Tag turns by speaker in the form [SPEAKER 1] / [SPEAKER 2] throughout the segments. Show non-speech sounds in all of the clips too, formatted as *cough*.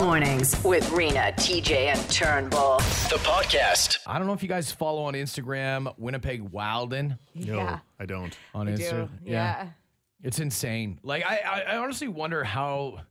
[SPEAKER 1] Mornings with Rena, TJ, and Turnbull.
[SPEAKER 2] The podcast.
[SPEAKER 3] I don't know if you guys follow on Instagram Winnipeg Wilden
[SPEAKER 4] No,
[SPEAKER 5] Yeah.
[SPEAKER 4] I don't.
[SPEAKER 3] on
[SPEAKER 5] We
[SPEAKER 3] Instagram.
[SPEAKER 5] do. Yeah.
[SPEAKER 3] It's insane. Like I, I, I honestly wonder how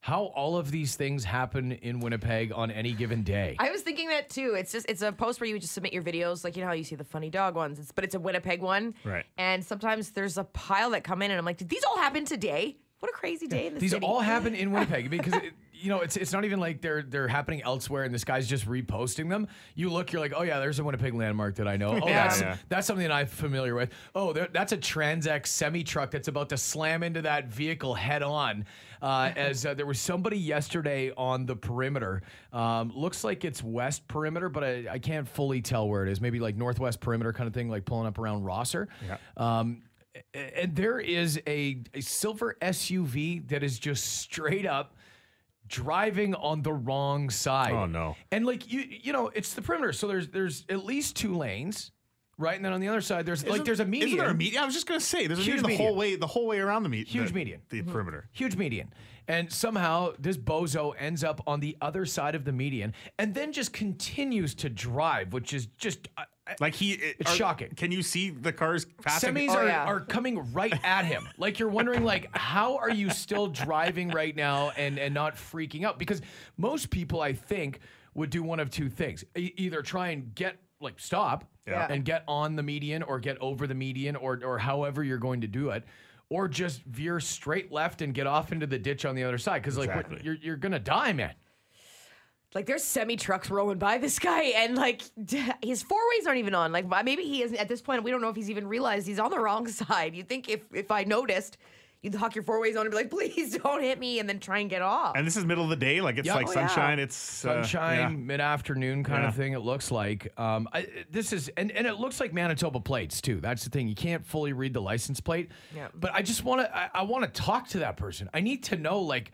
[SPEAKER 3] how all of these things happen in Winnipeg on any given day.
[SPEAKER 5] I was thinking that too. It's just it's a post where you just submit your videos, like you know how you see the funny dog ones. It's but it's a Winnipeg one.
[SPEAKER 4] Right.
[SPEAKER 5] And sometimes there's a pile that come in and I'm like, did these all happen today? What a crazy day in the
[SPEAKER 3] These
[SPEAKER 5] city.
[SPEAKER 3] all happen
[SPEAKER 5] *laughs*
[SPEAKER 3] in Winnipeg because it, you know it's it's not even like they're they're happening elsewhere and this guy's just reposting them. You look, you're like, oh yeah, there's a Winnipeg landmark that I
[SPEAKER 5] *laughs*
[SPEAKER 3] know. Oh, that's
[SPEAKER 4] Yeah.
[SPEAKER 3] that's something that I'm familiar with. Oh, there, that's a Transex semi truck that's about to slam into that vehicle head on. Uh, as uh, there was somebody yesterday on the perimeter. Um, looks like it's west perimeter, but I, I can't fully tell where it is. Maybe like northwest perimeter kind of thing, like pulling up around Rosser. Yeah. Um, a- and there is a, a silver SUV that is just straight up driving on the wrong side.
[SPEAKER 4] Oh, no.
[SPEAKER 3] And like you you know, it's the perimeter. So there's there's at least two lanes, right? And then on the other side there's like there's a median.
[SPEAKER 4] Isn't there a median? I was just gonna say there's a
[SPEAKER 3] Huge
[SPEAKER 4] median the whole
[SPEAKER 3] median.
[SPEAKER 4] way the whole way around the median.
[SPEAKER 3] Huge
[SPEAKER 4] the,
[SPEAKER 3] median. Mm-hmm.
[SPEAKER 4] The perimeter.
[SPEAKER 3] Huge median. And somehow this bozo ends up on the other side of the median and then just continues to drive, which is just uh,
[SPEAKER 4] Like he it-
[SPEAKER 3] It's shocking.
[SPEAKER 4] Can you see the cars passing?
[SPEAKER 3] semis
[SPEAKER 4] Oh,
[SPEAKER 3] are,
[SPEAKER 5] yeah.
[SPEAKER 3] are coming right at him. Like you're wondering, like, how are you still driving right now and and not freaking out? Because most people, I think, would do one of two things: E- either try and get like stop
[SPEAKER 4] Yeah.
[SPEAKER 3] and get on the median, or get over the median, or or however you're going to do it. Or just veer straight left and get off into the ditch on the other side, because like
[SPEAKER 4] Exactly.
[SPEAKER 3] what- you're you're gonna die, man.
[SPEAKER 5] Like there's semi trucks rolling by this guy, and like d- his four ways aren't even on. Like why- maybe he isn't at this point. We don't know if he's even realized he's on the wrong *laughs* side. You think if if I noticed, you'd hock your four ways on and be like, please *laughs* don't hit me, and then try and get off.
[SPEAKER 4] And this is middle of the day, like it's
[SPEAKER 3] Yeah.
[SPEAKER 4] like
[SPEAKER 3] Oh,
[SPEAKER 5] yeah.
[SPEAKER 4] sunshine. It's uh,
[SPEAKER 3] sunshine
[SPEAKER 4] yeah.
[SPEAKER 3] mid-afternoon kind
[SPEAKER 4] Yeah.
[SPEAKER 3] of thing it looks like um, I, this is and, and it looks like manitoba plates too that's the thing you can't fully read the license plate
[SPEAKER 5] Yeah.
[SPEAKER 3] but i just want to i, I want to talk to that person i need to know like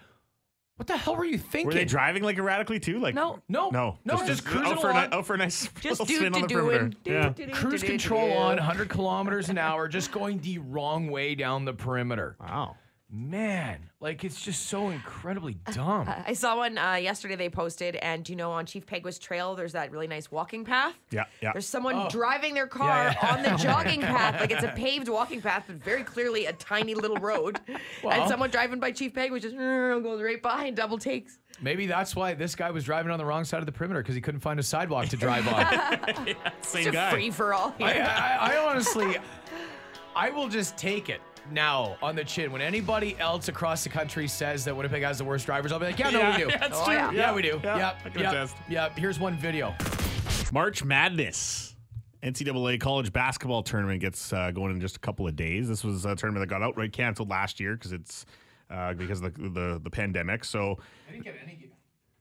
[SPEAKER 3] what the hell were you thinking
[SPEAKER 4] Were they driving like erratically too? Like
[SPEAKER 5] No.
[SPEAKER 3] no
[SPEAKER 4] no,
[SPEAKER 3] no just, cruising
[SPEAKER 4] out for, oh. a,
[SPEAKER 3] along
[SPEAKER 4] ni- out for a nice
[SPEAKER 5] just
[SPEAKER 4] little
[SPEAKER 5] do
[SPEAKER 4] spin
[SPEAKER 5] do
[SPEAKER 4] on the
[SPEAKER 5] do
[SPEAKER 4] perimeter.
[SPEAKER 5] and
[SPEAKER 4] Yeah.
[SPEAKER 5] do- do- do-
[SPEAKER 3] cruise
[SPEAKER 5] do- do-
[SPEAKER 3] control
[SPEAKER 5] do.
[SPEAKER 3] on 100 kilometers an hour just going the wrong way down the perimeter
[SPEAKER 4] Wow.
[SPEAKER 3] man like it's just so
[SPEAKER 5] *laughs*
[SPEAKER 3] incredibly dumb
[SPEAKER 5] I saw one uh, yesterday they posted, and do you know on Chief Peguis Trail, there's that really nice walking path?
[SPEAKER 4] Yeah, yeah.
[SPEAKER 5] There's someone driving their car
[SPEAKER 3] yeah.
[SPEAKER 4] *laughs*
[SPEAKER 5] on the jogging path. Like it's a paved walking path, but very clearly a tiny little road.
[SPEAKER 3] Well-
[SPEAKER 5] and someone driving by Chief Peguis just *laughs* "Uh, goes right by and double takes.
[SPEAKER 3] maybe that's why this guy was driving on the wrong side of the perimeter because he couldn't find a sidewalk to drive
[SPEAKER 5] *laughs*
[SPEAKER 3] on
[SPEAKER 4] Same
[SPEAKER 5] It's a
[SPEAKER 4] guy.
[SPEAKER 5] free for all
[SPEAKER 4] Oh,
[SPEAKER 3] I,
[SPEAKER 5] here.
[SPEAKER 3] I, I honestly, I will just take it now on the chin. When anybody else across the country says that Winnipeg has the worst drivers, I'll be like, yeah, no,
[SPEAKER 4] Yeah,
[SPEAKER 3] we do. Oh,
[SPEAKER 4] that's
[SPEAKER 5] true.
[SPEAKER 3] Yeah.
[SPEAKER 4] Yeah,
[SPEAKER 3] we do.
[SPEAKER 4] yeah, I
[SPEAKER 3] yep.
[SPEAKER 4] can
[SPEAKER 3] Yep.
[SPEAKER 4] attest.
[SPEAKER 3] Yep. Here's one video.
[SPEAKER 4] March Madness. NCAA college basketball tournament gets uh, going in just a couple of days. This was a tournament that got outright canceled last year because it's uh, because of the, the the pandemic. So
[SPEAKER 3] They didn't get any.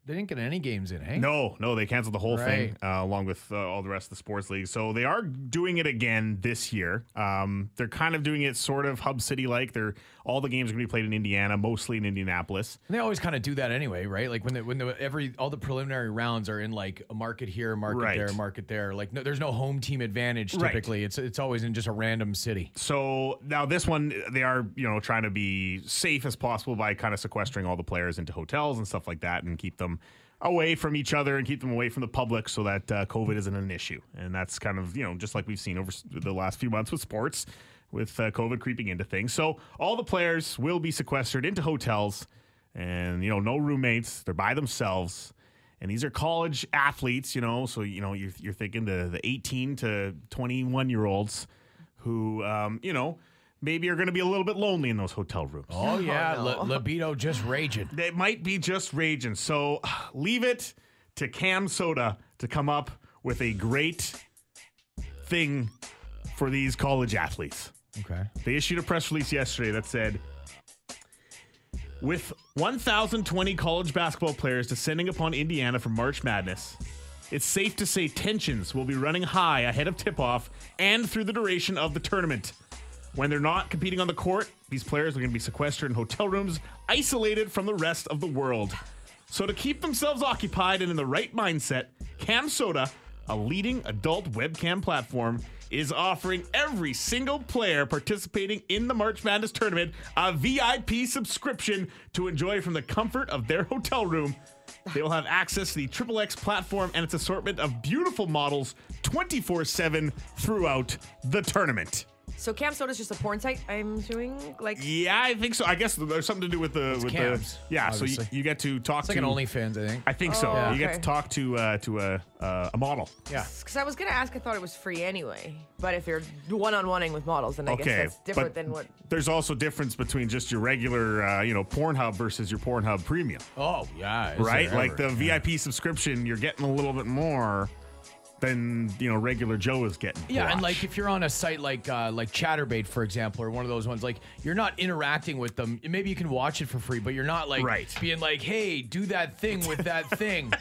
[SPEAKER 3] They didn't get any games in, hey?
[SPEAKER 4] no, no, they canceled the whole thing
[SPEAKER 3] Right.
[SPEAKER 4] uh, along with uh, all the rest of the sports leagues. So they are doing it again this year. Um, they're kind of doing it sort of hub city like. They're all the games are going to be played in Indiana, mostly in Indianapolis.
[SPEAKER 3] And they always kind of do that anyway, right? Like when the, when the, every all the preliminary rounds are in like a market here, a market
[SPEAKER 4] Right.
[SPEAKER 3] there, a market there. Like no, there's no home team advantage
[SPEAKER 4] Right.
[SPEAKER 3] typically. It's it's always in just a random city.
[SPEAKER 4] So now this one, they are you know trying to be safe as possible by kind of sequestering all the players into hotels and stuff like that, and keep them away from each other and keep them away from the public so that uh, COVID isn't an issue. And that's kind of you know just like we've seen over s- the last few months with sports, with uh, COVID creeping into things. So all the players will be sequestered into hotels, and you know no roommates. They're by themselves and these are college athletes, you know. So you know you're, you're thinking the the 18 to 21 year olds who, um, you know, maybe are going to be a little bit lonely in those hotel rooms.
[SPEAKER 3] Oh yeah, li- libido just
[SPEAKER 4] *laughs*
[SPEAKER 3] raging.
[SPEAKER 4] They might be just raging. So *sighs* leave it to Cam Soda to come up with a great thing for these college athletes.
[SPEAKER 3] Okay.
[SPEAKER 4] They issued a press release yesterday that said with 1,020 college basketball players descending upon Indiana for March Madness, it's safe to say tensions will be running high ahead of tip off and through the duration of the tournament. When they're not competing on the court, these players are going to be sequestered in hotel rooms, isolated from the rest of the world. So, to keep themselves occupied and in the right mindset, Cam Soda, a leading adult webcam platform, is offering every single player participating in the March Madness tournament a VIP subscription to enjoy from the comfort of their hotel room. They will have access to the Triple X platform and its assortment of beautiful models 24 7 throughout the tournament.
[SPEAKER 5] So Cam Soda's just a porn site, I'm assuming? Like,
[SPEAKER 4] Yeah, I think so. I guess there's something to do with the. with
[SPEAKER 3] cams,
[SPEAKER 4] the Yeah, so
[SPEAKER 3] obviously.
[SPEAKER 4] you, you get to talk
[SPEAKER 3] It's
[SPEAKER 4] to.
[SPEAKER 3] like an OnlyFans, I think.
[SPEAKER 4] I think so.
[SPEAKER 5] Oh,
[SPEAKER 4] You get
[SPEAKER 5] okay.
[SPEAKER 4] to talk to uh, to a uh, a model.
[SPEAKER 3] yeah.
[SPEAKER 5] because I was going to ask, I thought it was free anyway. But if you're one on oneing with models, then I guess that's different
[SPEAKER 4] but
[SPEAKER 5] than what.
[SPEAKER 4] There's also difference between just your regular, uh, you know, Pornhub versus your Pornhub Premium,
[SPEAKER 3] Oh yeah. is
[SPEAKER 4] right?
[SPEAKER 3] there
[SPEAKER 4] Like
[SPEAKER 3] ever.
[SPEAKER 4] the VIP subscription, you're getting a little bit more than you know regular Joe is getting. to
[SPEAKER 3] Yeah, and
[SPEAKER 4] watch.
[SPEAKER 3] like if you're on a site like uh, like ChatterBait, for example, or one of those ones, like you're not interacting with them. Maybe you can watch it for free, but you're not like
[SPEAKER 4] Right.
[SPEAKER 3] being like, "Hey, do that thing with that
[SPEAKER 4] *laughs*
[SPEAKER 3] thing,"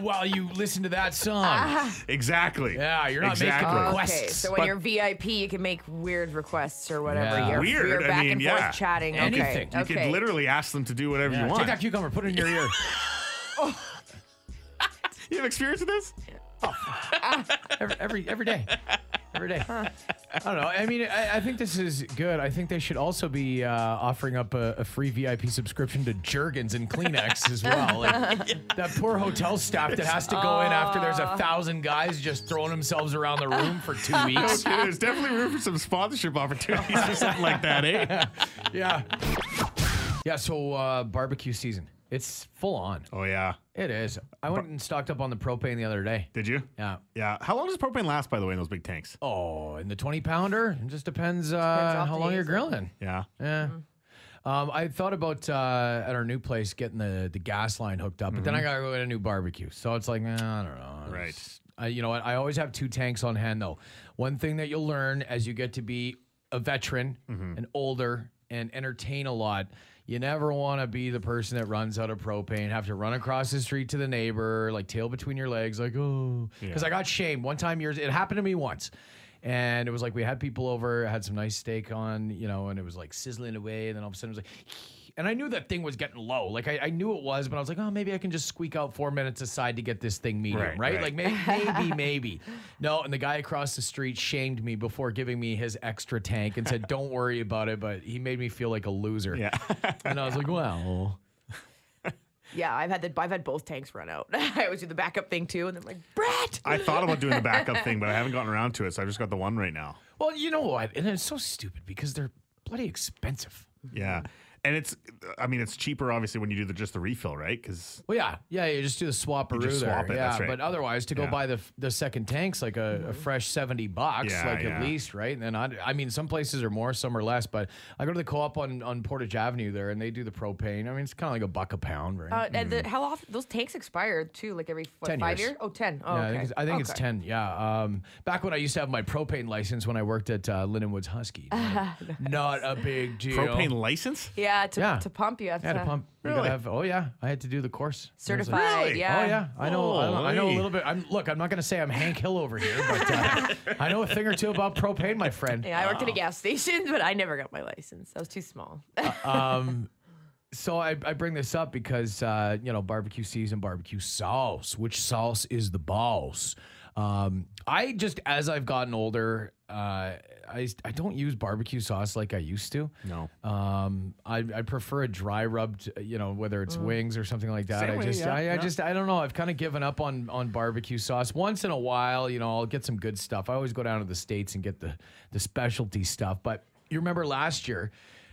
[SPEAKER 3] while you listen to that
[SPEAKER 4] Ah.
[SPEAKER 3] song.
[SPEAKER 4] exactly.
[SPEAKER 3] Yeah, you're not making
[SPEAKER 4] exactly.
[SPEAKER 3] Oh,
[SPEAKER 5] Okay,
[SPEAKER 3] requests,
[SPEAKER 5] so when
[SPEAKER 4] but-
[SPEAKER 5] you're VIP, you can make weird requests or whatever.
[SPEAKER 3] Yeah.
[SPEAKER 5] You're,
[SPEAKER 4] Weird,
[SPEAKER 5] You're
[SPEAKER 4] I
[SPEAKER 5] back
[SPEAKER 4] mean,
[SPEAKER 5] and
[SPEAKER 4] yeah.
[SPEAKER 5] forth chatting. Okay.
[SPEAKER 3] Anything. You
[SPEAKER 4] You
[SPEAKER 5] Okay.
[SPEAKER 4] could literally ask them to do whatever you
[SPEAKER 3] Take
[SPEAKER 4] want.
[SPEAKER 3] that cucumber, put it in your ear.
[SPEAKER 4] You have experience
[SPEAKER 5] *laughs*
[SPEAKER 4] with this?
[SPEAKER 3] every every, every day. Every day. I don't know. I mean, I, I think this is good. I think they should also be uh, offering up a, a free VIP subscription to Jergens and Kleenex as well. Like, That poor hotel staff that has to go in after there's a thousand guys just throwing themselves around the room for two weeks.
[SPEAKER 4] Okay, There's definitely room for some sponsorship opportunities or something like that, eh?
[SPEAKER 3] *laughs* Yeah. Yeah. So uh, barbecue season. It's full on.
[SPEAKER 4] Oh yeah.
[SPEAKER 3] It is. I went and stocked up on the propane the other day.
[SPEAKER 4] Did you?
[SPEAKER 3] Yeah.
[SPEAKER 4] Yeah. How long does propane last, by the way, in those big tanks?
[SPEAKER 3] Oh, and the 20 pounder? It just depends, uh,
[SPEAKER 5] how
[SPEAKER 3] how long
[SPEAKER 5] often you
[SPEAKER 3] you're
[SPEAKER 5] use it.
[SPEAKER 3] grilling.
[SPEAKER 4] Yeah.
[SPEAKER 3] Yeah. Um, I thought about uh, at our new place getting the, the gas line hooked up, but then I gotta go get a new barbecue. So it's like, eh, I don't know. It's-
[SPEAKER 4] Right.
[SPEAKER 3] I, you know what? I always have two tanks on hand though. One thing that you'll learn as you get to be a veteran
[SPEAKER 4] Mm-hmm.
[SPEAKER 3] and older and entertain a lot, you never want to be the person that runs out of propane, have to run across the street to the neighbor, like tail between your legs, like oh, because I got shamed one time. Years it happened to me once. And it was like we had people over, had some nice steak on, you know, and it was like sizzling away. And then all of a sudden it was like, and I knew that thing was getting low. Like I, I knew it was, but I was like, oh, maybe I can just squeak out four minutes aside to get this thing medium,
[SPEAKER 4] Right,
[SPEAKER 3] right?
[SPEAKER 4] right.
[SPEAKER 3] Like maybe, maybe, maybe. No, and the guy across the street shamed me before giving me his extra tank and said, don't worry about it. But he made me feel like a loser.
[SPEAKER 4] Yeah.
[SPEAKER 3] *laughs* And I was like, well,
[SPEAKER 5] Yeah, I've had the I've had both tanks run out. *laughs* I always do the backup thing too, and then I'm like, Brett.
[SPEAKER 4] I thought about doing the backup thing, but I haven't gotten around to it, so I've just got the one right now.
[SPEAKER 3] well, you know what? And it's so stupid because they're bloody expensive.
[SPEAKER 4] Yeah. And it's, I mean, it's cheaper, obviously, when you do the, just the refill, right? Because
[SPEAKER 3] Well, yeah, yeah, you just do the swapperoo
[SPEAKER 4] just
[SPEAKER 3] there.
[SPEAKER 4] swap it,
[SPEAKER 3] yeah,
[SPEAKER 4] that's right.
[SPEAKER 3] but otherwise, to go
[SPEAKER 4] Yeah.
[SPEAKER 3] buy the the second tanks like a, a fresh seventy bucks,
[SPEAKER 4] Yeah,
[SPEAKER 3] like
[SPEAKER 4] yeah.
[SPEAKER 3] at least, right? And then I, I mean, some places are more, some are less. But I go to the co-op on on Portage Avenue there, and they do the propane. I mean, it's kind of like a buck a pound, right?
[SPEAKER 5] Uh, and the, how often those tanks expire too? Like every what,
[SPEAKER 3] 10
[SPEAKER 5] five
[SPEAKER 3] Hmm. years.
[SPEAKER 5] year? Oh, 10. Oh,
[SPEAKER 3] yeah,
[SPEAKER 5] okay.
[SPEAKER 3] I think, it's, I think it's
[SPEAKER 5] Okay.
[SPEAKER 3] ten. Yeah. Um, back when I used to have my propane license when I worked at uh, Lindenwood's
[SPEAKER 5] *laughs*
[SPEAKER 3] Husky, not a big deal.
[SPEAKER 4] propane license?
[SPEAKER 5] Yeah, to,
[SPEAKER 3] Yeah.
[SPEAKER 5] to pump you have
[SPEAKER 3] Yeah,
[SPEAKER 5] to,
[SPEAKER 3] to pump. you gotta
[SPEAKER 4] Really?
[SPEAKER 3] have- oh yeah, I had to do the course. There was a-
[SPEAKER 5] certified.
[SPEAKER 4] Really?
[SPEAKER 5] Yeah.
[SPEAKER 3] Oh yeah, I know. I know- I know a
[SPEAKER 4] Holy.
[SPEAKER 3] little bit. I'm look. I'm not going to say I'm Hank Hill over here, but
[SPEAKER 5] *laughs*
[SPEAKER 3] uh, I know a thing or two about propane, my friend.
[SPEAKER 5] Yeah, I worked at a gas *laughs* station, but I never got my license. I was too small.
[SPEAKER 3] So I, I bring this up because uh, you know barbecue season, barbecue sauce. Which sauce is the boss? Um, I just as I've gotten older, uh, I I don't use barbecue sauce like I used to.
[SPEAKER 4] No.
[SPEAKER 3] Um, I, I prefer a dry rubbed, you know, whether it's wings or something like that.
[SPEAKER 4] Mm. Same
[SPEAKER 3] I
[SPEAKER 4] way,
[SPEAKER 3] just,
[SPEAKER 4] yeah,
[SPEAKER 3] I, I
[SPEAKER 4] yeah.
[SPEAKER 3] just, I don't know. I've kind of given up on on barbecue sauce. Once in a while, you know, I'll get some good stuff. I always go down to the states and get the the specialty stuff. But you remember last year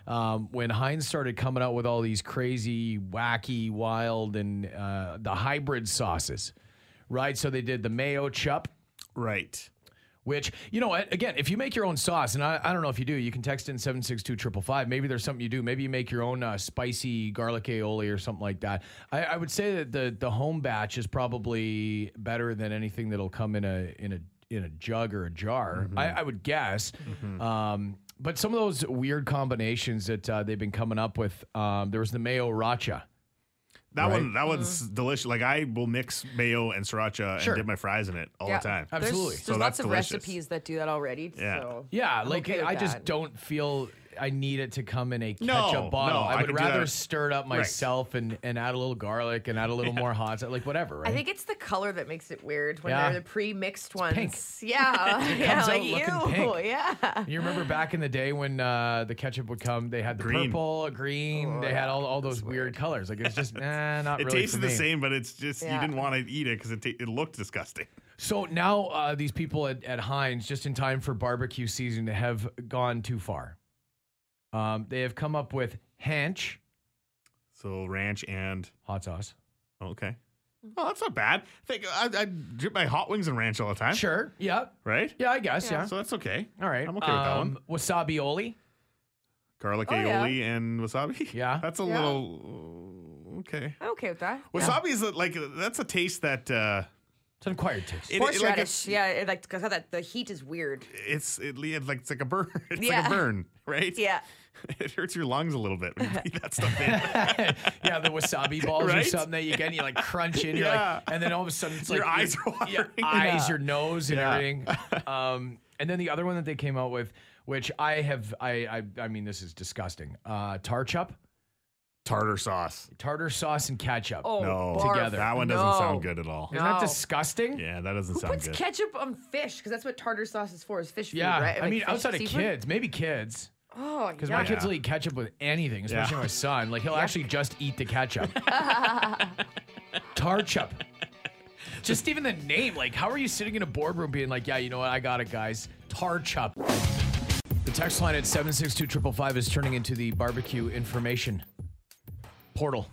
[SPEAKER 3] um, when Heinz started coming out with all these crazy, wacky, wild, and uh, the hybrid sauces, right? So they did the mayo chup.
[SPEAKER 4] Right.
[SPEAKER 3] Which, you know what, again, if you make your own sauce, and I, I don't know if you do, you can text in 762-555. Maybe there's something you do. Maybe you make your own uh, spicy garlic aioli or something like that. I, I would say that the, the home batch is probably better than anything that'll come in a in a in a jug or a jar. I, I would guess. Um, but some of those weird combinations that uh, they've been coming up with, um, there was the mayo racha.
[SPEAKER 4] That one, that one's
[SPEAKER 5] Mm.
[SPEAKER 4] delicious. Like I will mix mayo and sriracha
[SPEAKER 3] Sure.
[SPEAKER 4] and dip my fries in it all
[SPEAKER 5] Yeah.
[SPEAKER 4] the time.
[SPEAKER 3] Absolutely.
[SPEAKER 5] There's,
[SPEAKER 3] So
[SPEAKER 5] there's lots
[SPEAKER 4] that's
[SPEAKER 5] of
[SPEAKER 4] delicious.
[SPEAKER 5] recipes that do that already.
[SPEAKER 4] Yeah.
[SPEAKER 5] So.
[SPEAKER 3] Yeah,
[SPEAKER 5] I'm
[SPEAKER 3] like
[SPEAKER 5] okay with
[SPEAKER 3] I just
[SPEAKER 5] that.
[SPEAKER 3] don't feel I need it to come in a ketchup
[SPEAKER 4] No,
[SPEAKER 3] bottle.
[SPEAKER 4] no, I
[SPEAKER 3] I would
[SPEAKER 4] could do
[SPEAKER 3] rather
[SPEAKER 4] that.
[SPEAKER 3] stir it up
[SPEAKER 4] Right.
[SPEAKER 3] myself and, and add a little garlic and add a little more hot sauce, like whatever. Right?
[SPEAKER 5] I think it's the color that makes it weird when
[SPEAKER 3] Yeah.
[SPEAKER 5] they're the pre-mixed ones. *laughs*
[SPEAKER 3] pink. *laughs*
[SPEAKER 5] Yeah, yeah,
[SPEAKER 3] comes out
[SPEAKER 5] like
[SPEAKER 3] looking
[SPEAKER 5] ew,
[SPEAKER 3] pink.
[SPEAKER 5] *laughs* yeah.
[SPEAKER 3] you remember back in the day when uh, the ketchup would come, they had the
[SPEAKER 4] Green. Oh,
[SPEAKER 3] purple, green, they had all, all those weird. colors. Like it's
[SPEAKER 4] *laughs*
[SPEAKER 3] just nah, not
[SPEAKER 4] It
[SPEAKER 3] really.
[SPEAKER 4] tasted
[SPEAKER 3] for
[SPEAKER 4] the
[SPEAKER 3] me.
[SPEAKER 4] same, but it's just you
[SPEAKER 5] Yeah.
[SPEAKER 4] didn't want to eat it because it, ta- it looked disgusting.
[SPEAKER 3] So now uh, these people at, at Heinz, just in time for barbecue season, have gone too far. Um, they have come up with hanch
[SPEAKER 4] So ranch and oh,
[SPEAKER 3] hot sauce.
[SPEAKER 4] okay,
[SPEAKER 5] Mm.
[SPEAKER 4] well that's not bad. I think I, I dip my hot wings in ranch all the time,
[SPEAKER 3] Sure. Yeah.
[SPEAKER 4] right?
[SPEAKER 3] Yeah, I guess. Yeah.
[SPEAKER 4] So that's okay.
[SPEAKER 3] All right.
[SPEAKER 4] I'm okay with that one.
[SPEAKER 3] with that one. Wasabi oli.
[SPEAKER 4] Garlic
[SPEAKER 5] Oh, yeah.
[SPEAKER 4] aioli and wasabi. *laughs*
[SPEAKER 3] Yeah.
[SPEAKER 4] that's a
[SPEAKER 5] Yeah.
[SPEAKER 4] little okay.
[SPEAKER 5] I'm okay with that.
[SPEAKER 4] Wasabi is a, like that's a taste that uh,
[SPEAKER 3] It's an acquired taste.
[SPEAKER 4] it- it- like,
[SPEAKER 5] Horseradish, yeah, it, like 'cause how that the heat is weird.
[SPEAKER 4] it's it, le- like it's like a burn. *laughs* It's like
[SPEAKER 5] Yeah.
[SPEAKER 4] a burn, right?
[SPEAKER 5] Yeah,
[SPEAKER 4] *laughs* it hurts your lungs a little
[SPEAKER 5] *laughs*
[SPEAKER 4] bit when you breathe that stuff in.
[SPEAKER 3] *laughs* yeah, the wasabi balls or
[SPEAKER 4] Right?
[SPEAKER 3] something that you get and you like crunch in. You're
[SPEAKER 4] Yeah.
[SPEAKER 3] like, and then all of a sudden it's like
[SPEAKER 4] Your eyes
[SPEAKER 3] *laughs*
[SPEAKER 4] are *laughs*
[SPEAKER 3] your
[SPEAKER 4] watering.
[SPEAKER 3] eyes,
[SPEAKER 5] Yeah.
[SPEAKER 3] your nose, and
[SPEAKER 4] Yeah. *laughs*
[SPEAKER 3] everything. Um, and then the other one that they came out with, which I have, I, I, I mean, this is disgusting. Uh, tarchup,
[SPEAKER 4] Tartar sauce.
[SPEAKER 3] tartar sauce, and ketchup.
[SPEAKER 5] Oh,
[SPEAKER 4] No,
[SPEAKER 5] barf.
[SPEAKER 3] Together.
[SPEAKER 4] that one doesn't
[SPEAKER 5] No.
[SPEAKER 4] sound good at all.
[SPEAKER 3] Isn't that
[SPEAKER 5] no.
[SPEAKER 3] disgusting?
[SPEAKER 4] Yeah, that doesn't sound
[SPEAKER 5] Puts
[SPEAKER 4] good.
[SPEAKER 5] ketchup on fish because that's what tartar sauce is for—is fish food,
[SPEAKER 3] Yeah,
[SPEAKER 5] right?
[SPEAKER 3] I
[SPEAKER 5] Like
[SPEAKER 3] mean,
[SPEAKER 5] fish and
[SPEAKER 3] outside of
[SPEAKER 5] seafood.
[SPEAKER 3] kids, maybe kids,
[SPEAKER 5] Oh,
[SPEAKER 3] because
[SPEAKER 5] yeah.
[SPEAKER 3] my *laughs* kids will eat ketchup with anything, especially
[SPEAKER 4] Yeah.
[SPEAKER 3] my son. Like he'll actually just eat the ketchup. Tarchup. Just even the name, like, how are you sitting in a boardroom being like, yeah, you know what, I got it, guys. Tarchup. The text line at 762 is turning into the barbecue information portal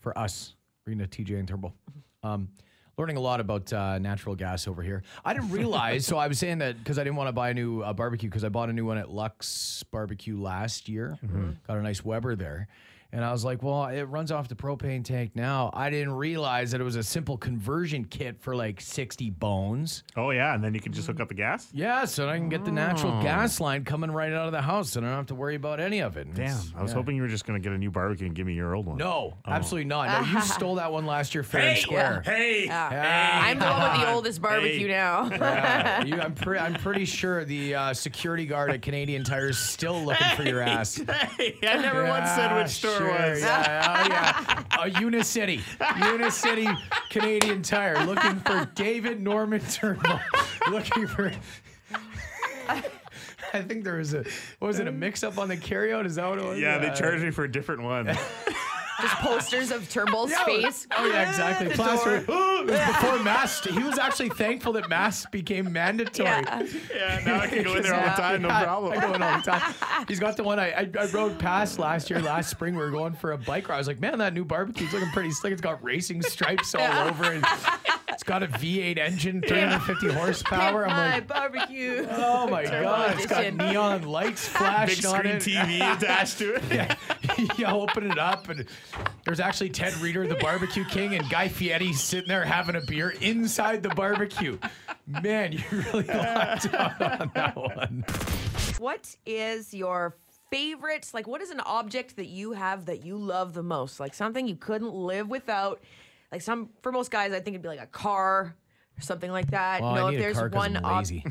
[SPEAKER 3] for us, Rena, TJ, and Turbo. Um, learning a lot about uh, natural gas over here. I didn't realize, so I was saying that because I didn't want to buy a new uh, barbecue because I bought a new one at Lux Barbecue last year. Got a nice Weber there. And I was like, well, it runs off the propane tank now. I didn't realize that it was a simple conversion kit for like 60 bones.
[SPEAKER 4] Oh yeah, and then you can just hook up the gas.
[SPEAKER 3] Yeah, so I can get the natural gas line coming right out of the house and I don't have to worry about any of it.
[SPEAKER 4] Damn, I was hoping you were just gonna get a new barbecue and give me your old one.
[SPEAKER 3] No, absolutely not. *laughs* No, you stole that one last year fair and square.
[SPEAKER 4] *laughs* Hey,
[SPEAKER 5] I'm the one with the oldest barbecue
[SPEAKER 4] Hey. *laughs*
[SPEAKER 5] now.
[SPEAKER 3] Yeah, you, I'm, pre- I'm pretty sure the uh, security guard at Canadian Tire is still looking for your ass.
[SPEAKER 4] hey, I *laughs* never once said
[SPEAKER 3] Yeah,
[SPEAKER 4] which store
[SPEAKER 3] sure,
[SPEAKER 4] was.
[SPEAKER 3] Yeah, oh, yeah. Uh, Unicity. Unicity Canadian Tire looking for David Norman Turnbull. *laughs* looking for. *laughs* I think there was a what was it a mix up on the carryout? Is that what it was? Uh,
[SPEAKER 4] Yeah, they charged me for a different one.
[SPEAKER 5] Just posters of Turnbull's face.
[SPEAKER 3] Oh *laughs* yeah, exactly. Plaster. Ooh, it was before masks. He was actually thankful that masks became mandatory.
[SPEAKER 5] Yeah.
[SPEAKER 4] yeah, now I can go in there all the
[SPEAKER 5] Yeah.
[SPEAKER 4] time, no
[SPEAKER 3] Yeah, I
[SPEAKER 4] problem.
[SPEAKER 3] go in all the time.
[SPEAKER 5] *laughs*
[SPEAKER 3] He's got the one I, I, I rode past last year, last spring. We were going for a bike ride. I was like, man, that new barbecue's looking pretty slick. It's got racing stripes all over it. It's got a V8 engine, 350 horsepower. I'm
[SPEAKER 5] My *laughs*
[SPEAKER 3] like,
[SPEAKER 5] barbecue.
[SPEAKER 3] *laughs* oh my God. It's got
[SPEAKER 5] edition.
[SPEAKER 3] neon
[SPEAKER 5] *laughs*
[SPEAKER 3] lights
[SPEAKER 4] Big
[SPEAKER 3] flashing on
[SPEAKER 4] screen
[SPEAKER 3] it. *laughs*
[SPEAKER 4] TV attached to it.
[SPEAKER 3] you open it up, and there's actually Ted Reeder, the barbecue king, and Guy Fieri sitting there having a beer inside the barbecue. Man, you really
[SPEAKER 5] *laughs*
[SPEAKER 3] lucked out on that one.
[SPEAKER 5] What is your favorite? Like, what is an object that you have that you love the most? Like something you couldn't live without. Like some for most guys, I think it'd be like a car or something like that.
[SPEAKER 3] Oh,
[SPEAKER 5] you know,
[SPEAKER 3] I need
[SPEAKER 5] if there's
[SPEAKER 3] a car 'cause
[SPEAKER 5] one
[SPEAKER 3] I'm
[SPEAKER 5] ob-
[SPEAKER 3] lazy.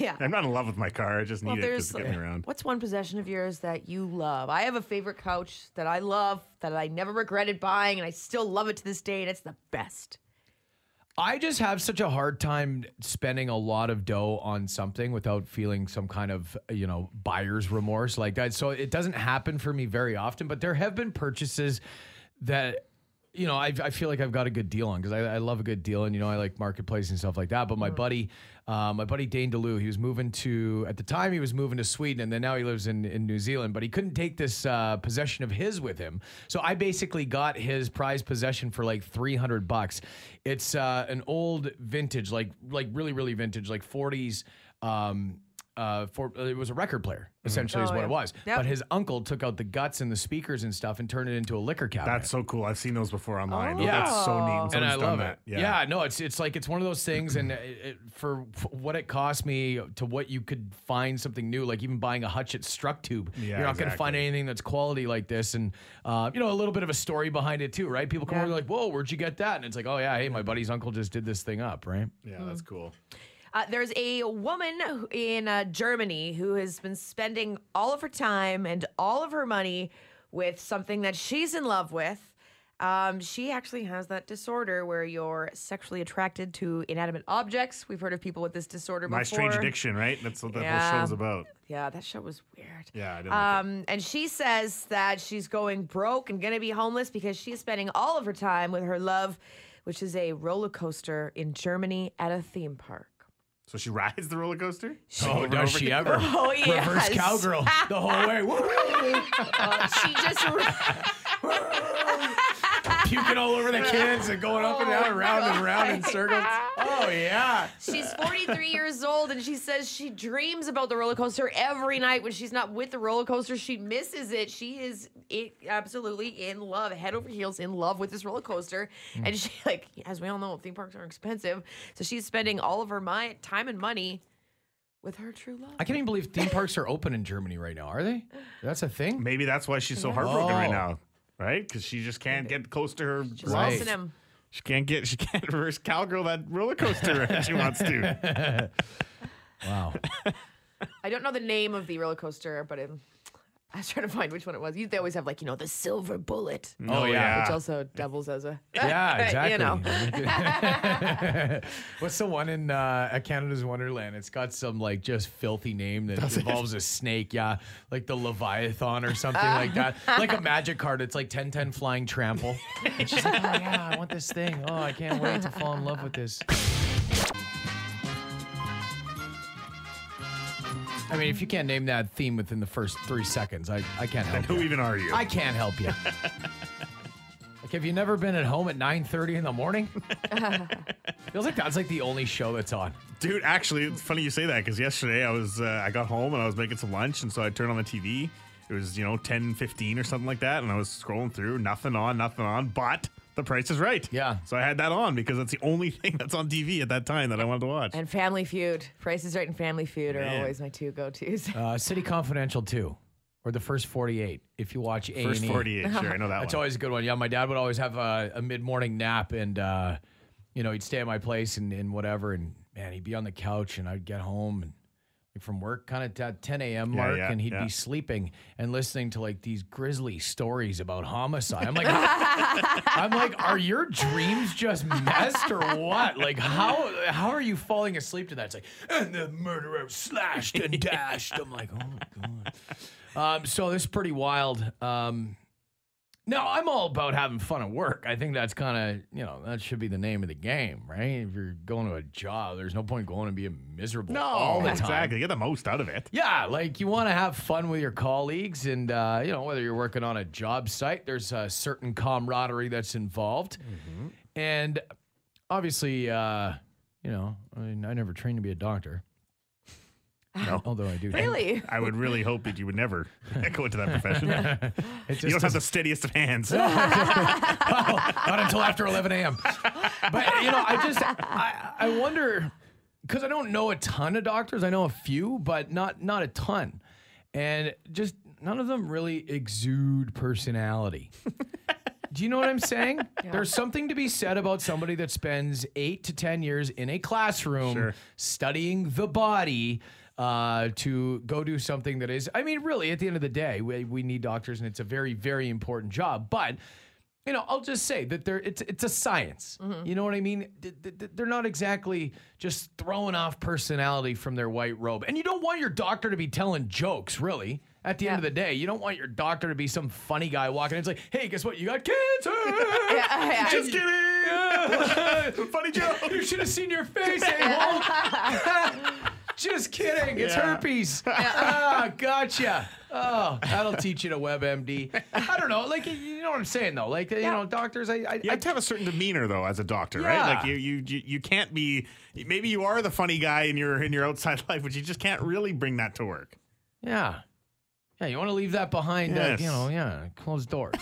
[SPEAKER 5] yeah.
[SPEAKER 4] I'm not in love with my car. I just
[SPEAKER 5] Well,
[SPEAKER 4] need it
[SPEAKER 5] there's
[SPEAKER 4] just to get me around.
[SPEAKER 5] what's one possession of yours that you love? I have a favorite couch that I love that I never regretted buying, and I still love it to this day, and it's the best.
[SPEAKER 3] I just have such a hard time spending a lot of dough on something without feeling some kind of, you know, buyer's remorse like that. So it doesn't happen for me very often, but there have been purchases that, you know, I, I feel like I've got a good deal on because I, I love a good deal and, you know, I like marketplace and stuff like that. But my
[SPEAKER 5] Mm-hmm.
[SPEAKER 3] buddy, uh, my buddy Dane DeLue, he was moving to, at the time, he was moving to Sweden and then now he lives in, in New Zealand, but he couldn't take this uh, possession of his with him. So I basically got his prized possession for like 300 bucks. It's uh, an old vintage, like like really really vintage, like 40s. Um, uh, for it was a record player essentially is
[SPEAKER 5] Oh,
[SPEAKER 3] what
[SPEAKER 5] yeah.
[SPEAKER 3] it was.
[SPEAKER 5] Yep.
[SPEAKER 3] But his uncle took out the guts and the speakers and stuff and turned it into a liquor cabinet.
[SPEAKER 4] That's so cool. I've seen those before online.
[SPEAKER 5] Oh.
[SPEAKER 4] Yeah. That's so neat.
[SPEAKER 3] and I
[SPEAKER 4] someone's done
[SPEAKER 3] love
[SPEAKER 4] that.
[SPEAKER 3] it. Yeah. no, it's it's like it's one of those things, and it, it, for, for what it cost me to what you could find something new, like even buying a Hutchett Struck tube,
[SPEAKER 4] Yeah,
[SPEAKER 3] you're not going to find
[SPEAKER 4] exactly.
[SPEAKER 3] anything that's quality like this, and uh, you know a little bit of a story behind it too, right? People
[SPEAKER 4] Mm.
[SPEAKER 3] come over they're like, "Whoa, where'd you get that?" And it's like, "Oh yeah, hey, my buddy's uncle just did this thing up, right?"
[SPEAKER 4] Yeah, that's cool.
[SPEAKER 5] Uh, there's a woman who- in uh, Germany who has been spending all of her time and all of her money with something that she's in love with. Um, she actually has that disorder where you're sexually attracted to inanimate objects. We've heard of people with this disorder
[SPEAKER 4] My
[SPEAKER 5] before.
[SPEAKER 4] Strange Addiction, right? That's what that whole
[SPEAKER 5] Yeah.
[SPEAKER 4] show's about.
[SPEAKER 5] Yeah, that show was weird.
[SPEAKER 4] Yeah, I didn't like it.
[SPEAKER 5] Um, and she says that she's going broke and going to be homeless because she's spending all of her time with her love, which is a roller coaster in Germany at a theme park.
[SPEAKER 4] So she rides the roller coaster?
[SPEAKER 3] Oh, does she
[SPEAKER 4] *laughs*
[SPEAKER 3] ever?
[SPEAKER 5] *laughs* Oh,
[SPEAKER 3] Reverse
[SPEAKER 5] yes.
[SPEAKER 3] cowgirl the whole
[SPEAKER 5] *laughs*
[SPEAKER 3] way. Woo-hoo.
[SPEAKER 5] Uh, she
[SPEAKER 3] *laughs*
[SPEAKER 5] just
[SPEAKER 3] Puking all over the kids and going up and
[SPEAKER 5] Oh,
[SPEAKER 3] down, round and round in circles. Oh, yeah.
[SPEAKER 5] she's 43 years old and she says she dreams about the roller coaster every night. When she's not with the roller coaster, she misses it. She is i absolutely in love, head over heels in love with this roller coaster.
[SPEAKER 3] Mm.
[SPEAKER 5] And she like, as we all know, theme parks are expensive, so she's spending all of her my, time and money with her true love.
[SPEAKER 3] I can't even believe theme parks are open in Germany right now. Are they? That's a thing?
[SPEAKER 4] Maybe that's why she's so heartbroken right
[SPEAKER 3] Oh.
[SPEAKER 4] now, right? Because she just can't get close to her.
[SPEAKER 5] She's
[SPEAKER 3] Right.
[SPEAKER 5] lost in him.
[SPEAKER 4] She can't get. She can't *laughs* reverse cowgirl that roller
[SPEAKER 3] *laughs*
[SPEAKER 4] coaster if she wants to.
[SPEAKER 3] Wow. Oh,
[SPEAKER 5] I don't know the name of the roller coaster, but um I was trying to find which one it was. You, they always have like you know the silver bullet, which
[SPEAKER 3] Oh, yeah.
[SPEAKER 5] also doubles as a
[SPEAKER 3] Yeah, exactly.
[SPEAKER 5] you know.
[SPEAKER 3] *laughs* What's the one in uh, Canada's Wonderland? It's got some like just filthy name that involves a snake. Yeah, like the Leviathan or something like that. Like a magic card. It's like 1010 Flying Trample. And she's like, oh, yeah, I want this thing. Oh, I can't wait to fall in love with this. I mean, if you can't name that theme within the first three seconds, I, I can't help
[SPEAKER 4] Who
[SPEAKER 3] you.
[SPEAKER 4] even are you?
[SPEAKER 3] I can't help you. like, have you never been at home at 9.30 in the morning? Feels like that's like the only show that's on.
[SPEAKER 4] Dude, actually, it's funny you say that because yesterday I was uh, I got home and I was making some lunch, and so I turned on the TV. It was you know ten fifteen or something like that, and I was scrolling through, nothing on, nothing on, but The Price is Right.
[SPEAKER 3] Yeah.
[SPEAKER 4] So I had that on because that's the only *laughs* thing that's on TV at that time that I wanted to watch.
[SPEAKER 5] And Family Feud, Price is Right and Family Feud are
[SPEAKER 4] Man.
[SPEAKER 5] always my two go tos.
[SPEAKER 3] Uh, City Confidential 2, or the first 48, if you watch E. A&E.
[SPEAKER 4] First forty eight, sure,
[SPEAKER 3] *laughs*
[SPEAKER 4] I know that
[SPEAKER 3] That's
[SPEAKER 4] one.
[SPEAKER 3] always a good one. Yeah, my dad would always have a, a mid morning nap, and uh, you know he'd stay at my place and, and whatever, and man, he'd be on the couch, and I'd get home and like from work uh, kind of at 10 a.m. mark,
[SPEAKER 4] yeah,
[SPEAKER 3] and he'd
[SPEAKER 4] yeah.
[SPEAKER 3] be sleeping and listening to like these grisly stories about homicide. I'm like, I'm like, are your dreams just messed or what? Like how how are you falling asleep to that? It's like, and the murderer slashed
[SPEAKER 4] *laughs*
[SPEAKER 3] and dashed. I'm like, oh god. Um, so this is pretty wild. Um, no, I'm all about having fun at work. I think that's kind of, you know, that should be the name of the game, right? If you're going to a job, there's no point going and being miserable all the time.
[SPEAKER 4] exactly. Get the most out of it.
[SPEAKER 3] Yeah, like you want to have fun with your colleagues, and uh, you know whether you're working on a job site, there's a certain camaraderie that's involved,
[SPEAKER 4] Mm-hmm.
[SPEAKER 3] and obviously, uh, you know, I mean, I never trained to be a doctor.
[SPEAKER 4] *laughs* No.
[SPEAKER 3] although I do.
[SPEAKER 5] *laughs* really?
[SPEAKER 4] I would really hope that you would never *laughs* go into that
[SPEAKER 3] *laughs*
[SPEAKER 4] profession. you don't have the steadiest of hands.
[SPEAKER 3] not until after 11 a.m. But you know, I just I, I wonder because I don't know a ton of doctors. I know a few, but not not a ton, and just none of them really exude personality. Do you know what I'm saying? There's something to be said about somebody that spends eight to 10 years in a classroom
[SPEAKER 4] Sure.
[SPEAKER 3] studying the body uh, to go do something that is, I mean, really, at the end of the day, we, we need doctors and it's a very, very important job. But, you know, I'll just say that there it's, it's a science.
[SPEAKER 5] Mm-hmm.
[SPEAKER 3] You know what I mean? Th- th- th- They're not exactly just throwing off personality from their white robe. And you don't want your doctor to be telling jokes, really. At the end
[SPEAKER 5] Yeah.
[SPEAKER 3] of the day, you don't want your doctor to be some funny guy walking in. It's like, hey, guess what? You got cancer.
[SPEAKER 5] *laughs* Yeah,
[SPEAKER 3] Just
[SPEAKER 5] yeah. *laughs*
[SPEAKER 3] kidding.
[SPEAKER 4] Funny joke.
[SPEAKER 3] you should have seen your face, a-hole. *laughs* Just kidding. It's
[SPEAKER 4] *laughs* Yeah.
[SPEAKER 3] herpes. Ah, gotcha. Oh, that'll teach you to WebMD. I don't know. Like, you know what I'm saying, though? Like, you know, doctors, I, I,
[SPEAKER 4] You
[SPEAKER 3] I
[SPEAKER 4] have to have a certain demeanor, though, as a doctor,
[SPEAKER 3] Yeah.
[SPEAKER 4] right? Like you, you, you you can't be. Maybe you are the *laughs* funny guy in your in your outside life, but you just can't really bring that to work.
[SPEAKER 3] Yeah. Yeah, you want to leave that behind,
[SPEAKER 4] Yes.
[SPEAKER 3] uh, you know, yeah, closed doors.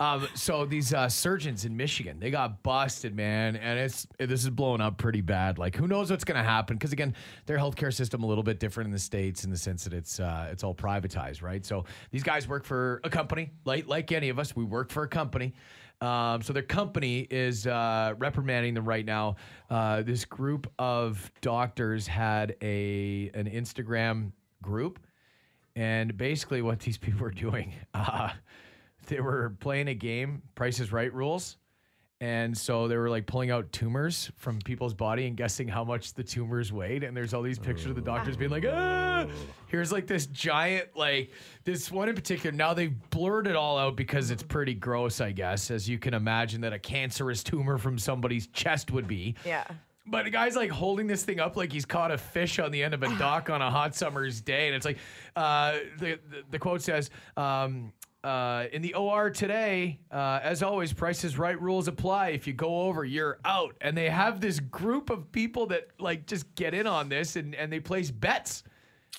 [SPEAKER 3] um, so these uh, surgeons in Michigan, they got busted, man, and it's this is blowing up pretty bad. Like, who knows what's going to happen? Because again, their healthcare system a little bit different in the states in the sense that it's uh, it's all privatized, right? So these guys work for a company, like like any of us, we work for a company. Um, so their company is uh, reprimanding them right now. Uh, this group of doctors had a an Instagram group. And basically, what these *laughs* people were doing, uh, they were playing a game, Price is Right rules. And so they were like pulling out tumors from people's body and guessing how much the tumors weighed. And there's all these pictures of the doctors being like, ah, here's like this giant, like this one in particular. Now they've blurred it all out because it's pretty gross, I guess, as you can imagine that a cancerous tumor from somebody's chest would be.
[SPEAKER 5] Yeah.
[SPEAKER 3] But the guy's like holding this thing up like he's caught a fish on the end of a dock on a hot summer's day. And it's like, uh, the, the, the quote says, um, uh, in the OR today, uh, as always, Price is Right rules apply. If you go over, you're out. And they have this group of people that like just get in on this and, and they place bets.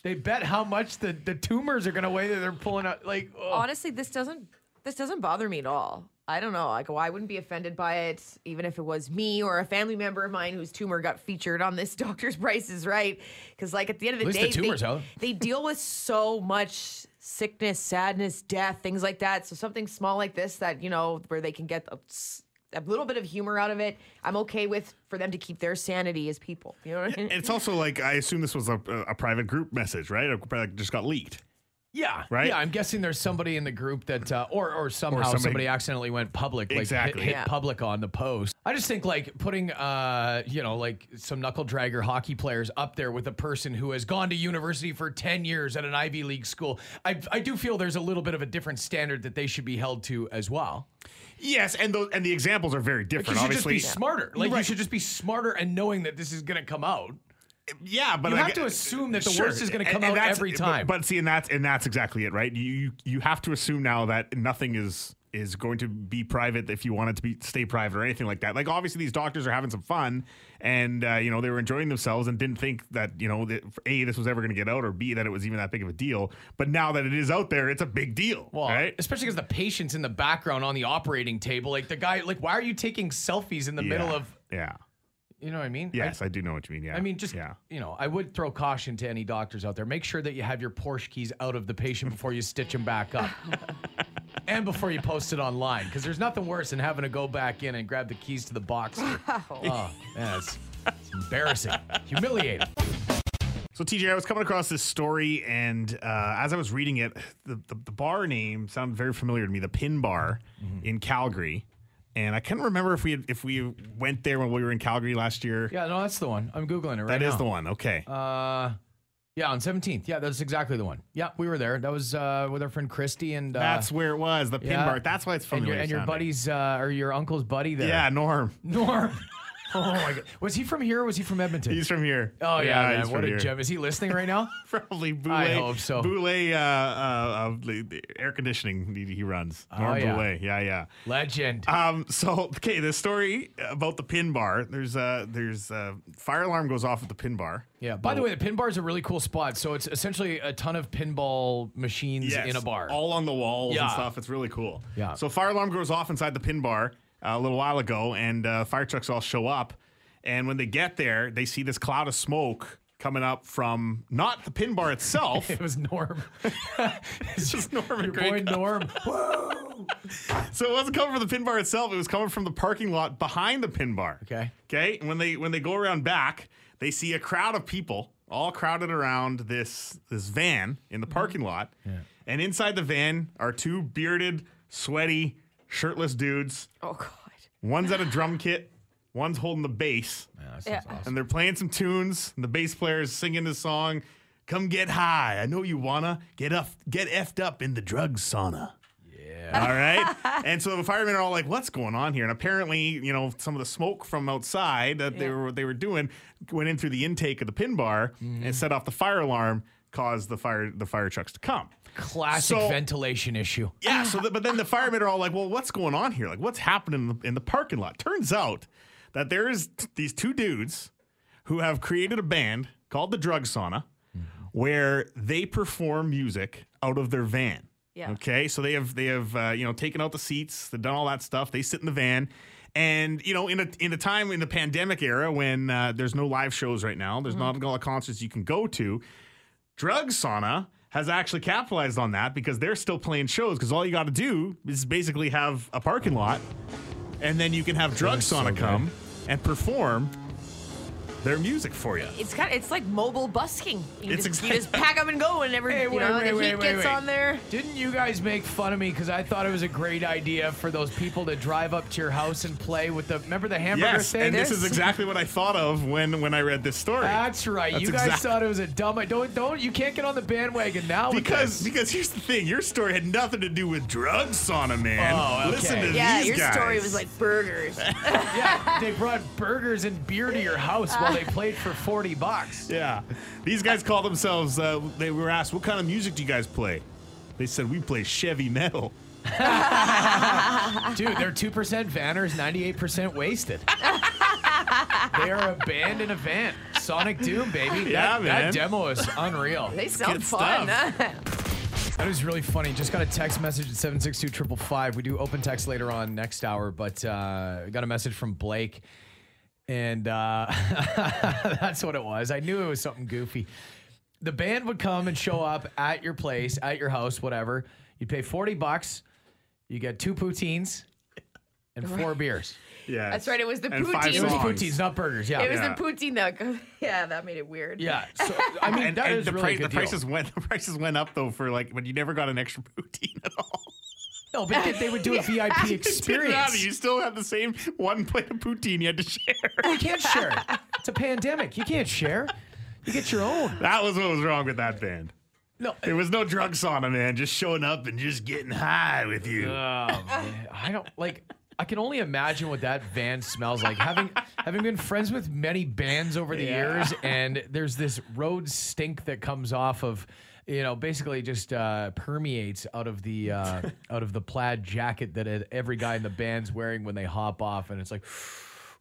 [SPEAKER 3] They bet how much the, the tumors are going to weigh that they're pulling out. Like, oh.
[SPEAKER 5] Honestly, this doesn't this doesn't bother me at all. I don't know. Like, well, I wouldn't be offended by it, even if it was me or a family member of mine whose tumor got featured on this *laughs* doctor's Price is Right. Because, like, at the end of the
[SPEAKER 3] least
[SPEAKER 5] day,
[SPEAKER 3] the tumor's
[SPEAKER 5] they,
[SPEAKER 3] out.
[SPEAKER 5] they deal with so much sickness, sadness, death, things like that. So something small like this, that you know, where they can get a, s- a little bit of humor out of it, I'm okay with for them to keep their sanity as people. You know what I mean?
[SPEAKER 4] It's also like I assume this was a, a private group message, right? It probably just got leaked.
[SPEAKER 3] Yeah,
[SPEAKER 4] Right?
[SPEAKER 3] Yeah, I'm guessing there's somebody in the group that, uh, or or somehow somebody,
[SPEAKER 4] somebody-
[SPEAKER 3] accidentally went public, like hit-
[SPEAKER 4] Exactly.
[SPEAKER 3] hit,
[SPEAKER 5] Yeah.
[SPEAKER 3] public on the post. I just think like putting, uh, you know, like some knuckle dragger hockey players up there with a person who has gone to university for ten years at an Ivy League school. I I do feel there's a little bit of a different standard that they should be held to as well.
[SPEAKER 4] Yes, and those and the examples are very
[SPEAKER 3] Like, you
[SPEAKER 4] different.
[SPEAKER 3] should
[SPEAKER 4] obviously,
[SPEAKER 3] just be smarter. Like you
[SPEAKER 4] Right.
[SPEAKER 3] should just be smarter and knowing that this is going to come out.
[SPEAKER 4] Yeah, but
[SPEAKER 3] You
[SPEAKER 4] I
[SPEAKER 3] have
[SPEAKER 4] gue-
[SPEAKER 3] to assume that the worst is gonna come out
[SPEAKER 4] that's-
[SPEAKER 3] every
[SPEAKER 4] but-
[SPEAKER 3] time.
[SPEAKER 4] But, see, and that's and that's exactly it, right? You, you you have to assume now that nothing is is going to be private if you want it to be stay private or anything like that. Like obviously, these doctors are having some fun, and uh, you know they were enjoying themselves and didn't think that you know that, a this was ever going to get out or b that it was even that big of a deal. But now that it is out there, it's a big deal,
[SPEAKER 3] Well,
[SPEAKER 4] right?
[SPEAKER 3] especially because the patient's in the background on the operating table. Like the guy, like why are you taking selfies in the middle
[SPEAKER 4] Yeah.
[SPEAKER 3] of
[SPEAKER 4] yeah,
[SPEAKER 3] You know what I mean? I-
[SPEAKER 4] yes, I, do know what you mean. Yeah,
[SPEAKER 3] I, mean, just
[SPEAKER 4] yeah.
[SPEAKER 3] you know, I would throw caution to any doctors out there. Make sure that you have your Porsche keys out of the patient before you stitch them back
[SPEAKER 4] *laughs*
[SPEAKER 3] up, and before you post it online, because there's nothing worse than having to go back in and grab the keys to the box. Oh, man, it's, it's embarrassing, humiliating.
[SPEAKER 4] So TJ, I was coming across this story, and uh, as I was reading it, the, the, the bar name sounded very familiar to me. The Pin Bar
[SPEAKER 3] Mm-hmm.
[SPEAKER 4] in Calgary, and I couldn't remember if we had, if we went there when we were in Calgary last year.
[SPEAKER 3] Yeah, no, that's the one. I'm googling it right
[SPEAKER 4] that
[SPEAKER 3] now.
[SPEAKER 4] is the one. Okay,
[SPEAKER 3] Uh, yeah, on 17th. Yeah, that's exactly the one. Yeah, we were there. That was uh, with our friend Christy and uh,
[SPEAKER 4] that's where it was. The Pin
[SPEAKER 3] yeah.
[SPEAKER 4] Bar. That's why it's
[SPEAKER 3] and
[SPEAKER 4] familiar.
[SPEAKER 3] your, and your
[SPEAKER 4] sounding.
[SPEAKER 3] buddy's uh, or your uncle's buddy there.
[SPEAKER 4] Yeah, Norm.
[SPEAKER 3] Norm. *laughs* Oh my God. Was he from here or was he from Edmonton?
[SPEAKER 4] He's from here.
[SPEAKER 3] *laughs* oh, yeah. man,
[SPEAKER 4] he's
[SPEAKER 3] What
[SPEAKER 4] from
[SPEAKER 3] a
[SPEAKER 4] here.
[SPEAKER 3] gem. Is he listening right now?
[SPEAKER 4] *laughs* Probably Boulay.
[SPEAKER 3] hope so.
[SPEAKER 4] Boulay, uh, uh, uh, the- the air conditioning he, he runs. Norm
[SPEAKER 3] Oh, yeah.
[SPEAKER 4] Boulay. Yeah, yeah.
[SPEAKER 3] Legend.
[SPEAKER 4] Um, *laughs* so okay, the story about the pin bar. There's uh there's uh fire alarm goes off at the pin bar.
[SPEAKER 3] yeah. By the way, the pin bar is a really cool spot. So it's essentially a ton of pinball machines
[SPEAKER 4] Yes,
[SPEAKER 3] in a bar.
[SPEAKER 4] All on the walls
[SPEAKER 3] Yeah.
[SPEAKER 4] and stuff. It's really cool.
[SPEAKER 3] Yeah.
[SPEAKER 4] So fire alarm goes off inside the pin bar uh, a little while ago, and uh, fire trucks all show up. And when they get there, they see this cloud of smoke coming up from not the pin bar
[SPEAKER 3] *laughs*
[SPEAKER 4] itself. *laughs*
[SPEAKER 3] it was Norm. it's just
[SPEAKER 4] Norm
[SPEAKER 3] Your
[SPEAKER 4] and
[SPEAKER 3] boy
[SPEAKER 4] Greg. *laughs*
[SPEAKER 3] Norm.
[SPEAKER 4] So it wasn't coming from the pin bar itself. It was coming from the parking lot behind the pin bar.
[SPEAKER 3] Okay.
[SPEAKER 4] Okay. And when they when they go around back, they see a crowd of people all crowded around this this van in the parking lot. And inside the van are two bearded, sweaty, shirtless dudes.
[SPEAKER 5] *laughs* oh God.
[SPEAKER 4] One's at a drum kit. One's holding the bass.
[SPEAKER 3] Yeah, that sounds
[SPEAKER 5] Yeah.
[SPEAKER 3] awesome.
[SPEAKER 4] And they're playing some tunes. And the bass player is singing this song. Come get high. I know you wanna get up, get effed up in the drug sauna.
[SPEAKER 3] Yeah.
[SPEAKER 4] All right. and so the firemen are all like, "What's going on here?" And apparently, you know, some of the smoke from outside that they
[SPEAKER 5] Yeah.
[SPEAKER 4] were they were doing went in through the intake of the pin bar
[SPEAKER 3] Mm-hmm.
[SPEAKER 4] and set off the fire alarm, caused the fire the fire trucks to come.
[SPEAKER 3] Classic
[SPEAKER 4] So-
[SPEAKER 3] ventilation issue.
[SPEAKER 4] Yeah. So, the, but then the firemen are all like, "Well, what's going on here? Like, what's happening in the, in the parking lot?" Turns out that there is t- these two dudes who have created a band called the Drug Sauna. where they perform music out of their van.
[SPEAKER 5] Yeah.
[SPEAKER 4] Okay. So they have they have uh, you know taken out the seats, they've done all that stuff. They sit in the van, and you know in a in a time in the pandemic era when uh, there's no live shows right now, there's not a lot of concerts you can go to. Drug Sauna has actually capitalized on that because they're still playing shows because all you got to do is basically have a parking lot, and then you can have Drug
[SPEAKER 3] That's so
[SPEAKER 4] Sauna
[SPEAKER 3] good.
[SPEAKER 4] come and perform their music for you.
[SPEAKER 5] It's kind of, it's like mobile busking. You,
[SPEAKER 4] It's
[SPEAKER 5] just,
[SPEAKER 4] exact-
[SPEAKER 5] you just pack up and go whenever
[SPEAKER 3] Hey,
[SPEAKER 5] you
[SPEAKER 3] wait,
[SPEAKER 5] know,
[SPEAKER 3] wait,
[SPEAKER 5] the
[SPEAKER 3] wait,
[SPEAKER 5] heat
[SPEAKER 3] wait,
[SPEAKER 5] gets
[SPEAKER 3] wait.
[SPEAKER 5] on there.
[SPEAKER 3] Didn't you guys make fun of me because I thought it was a great idea for those people to drive up to your house and play with the remember the hamburger
[SPEAKER 4] Yes,
[SPEAKER 3] thing?
[SPEAKER 4] and this is exactly what I thought of when when I read this story.
[SPEAKER 3] That's right.
[SPEAKER 4] That's
[SPEAKER 3] you guys
[SPEAKER 4] exact-
[SPEAKER 3] thought it was a dumb. I don't don't. You can't get on the bandwagon now with
[SPEAKER 4] because
[SPEAKER 3] this.
[SPEAKER 4] because here's the thing, your story had nothing to do with drugs, sauna man.
[SPEAKER 3] Oh, okay.
[SPEAKER 4] Listen to
[SPEAKER 5] Yeah,
[SPEAKER 4] these
[SPEAKER 5] your
[SPEAKER 4] guys.
[SPEAKER 5] story was like
[SPEAKER 3] *laughs*
[SPEAKER 5] burgers.
[SPEAKER 3] yeah, they brought burgers and beer to your house while they played for forty bucks.
[SPEAKER 4] yeah. These guys call themselves. Uh, they were asked, "What kind of music do you guys play?" They said, "We play Chevy metal."
[SPEAKER 3] Dude, they're two percent vanners, ninety-eight percent wasted. they are a band in a van. Sonic Doom, baby.
[SPEAKER 4] Yeah,
[SPEAKER 3] that,
[SPEAKER 4] man.
[SPEAKER 3] That demo is unreal.
[SPEAKER 5] They sound
[SPEAKER 4] good
[SPEAKER 5] fun.
[SPEAKER 4] stuff.
[SPEAKER 5] huh?
[SPEAKER 3] That is really funny. Just got a text message at 762 We do open text later on next hour, but uh, got a message from Blake. And uh, *laughs* that's what it was. I knew it was something goofy. The band would come and show up at your place, at your house, whatever. You'd pay 40 bucks. You get two poutines and four beers.
[SPEAKER 4] Yeah,
[SPEAKER 5] That's right, it was the
[SPEAKER 4] and five
[SPEAKER 5] poutine.
[SPEAKER 3] It was
[SPEAKER 4] songs.
[SPEAKER 3] poutines, not burgers. Yeah.
[SPEAKER 5] *laughs* It was
[SPEAKER 4] Yeah.
[SPEAKER 5] the poutine that, *laughs* yeah, that made it weird.
[SPEAKER 3] yeah. So, I mean,
[SPEAKER 4] And,
[SPEAKER 3] that
[SPEAKER 4] and
[SPEAKER 3] is
[SPEAKER 4] the,
[SPEAKER 3] really
[SPEAKER 4] price-
[SPEAKER 3] good
[SPEAKER 4] the
[SPEAKER 3] deal.
[SPEAKER 4] prices went *laughs* the prices went up though for like when you never got an extra *laughs* poutine at all.
[SPEAKER 3] No, but they, they would
[SPEAKER 4] *laughs*
[SPEAKER 3] do a VIP
[SPEAKER 4] Didn't matter,
[SPEAKER 3] experience.
[SPEAKER 4] You still had the same one plate of poutine you had to *laughs* share.
[SPEAKER 3] You can't share. It's a pandemic. You can't share. You get your own.
[SPEAKER 4] That was what was wrong with that band.
[SPEAKER 3] No.
[SPEAKER 4] There was no drug sauna, man. Just showing up and just getting high with you.
[SPEAKER 3] I don't like. I can only imagine what that van smells like. Having having been friends with many bands over the
[SPEAKER 4] Yeah.
[SPEAKER 3] years, and there's this road stink that comes off of, you know, basically just uh, permeates out of the uh, out of the plaid jacket that it- every guy in the band's wearing when they hop off, and it's like,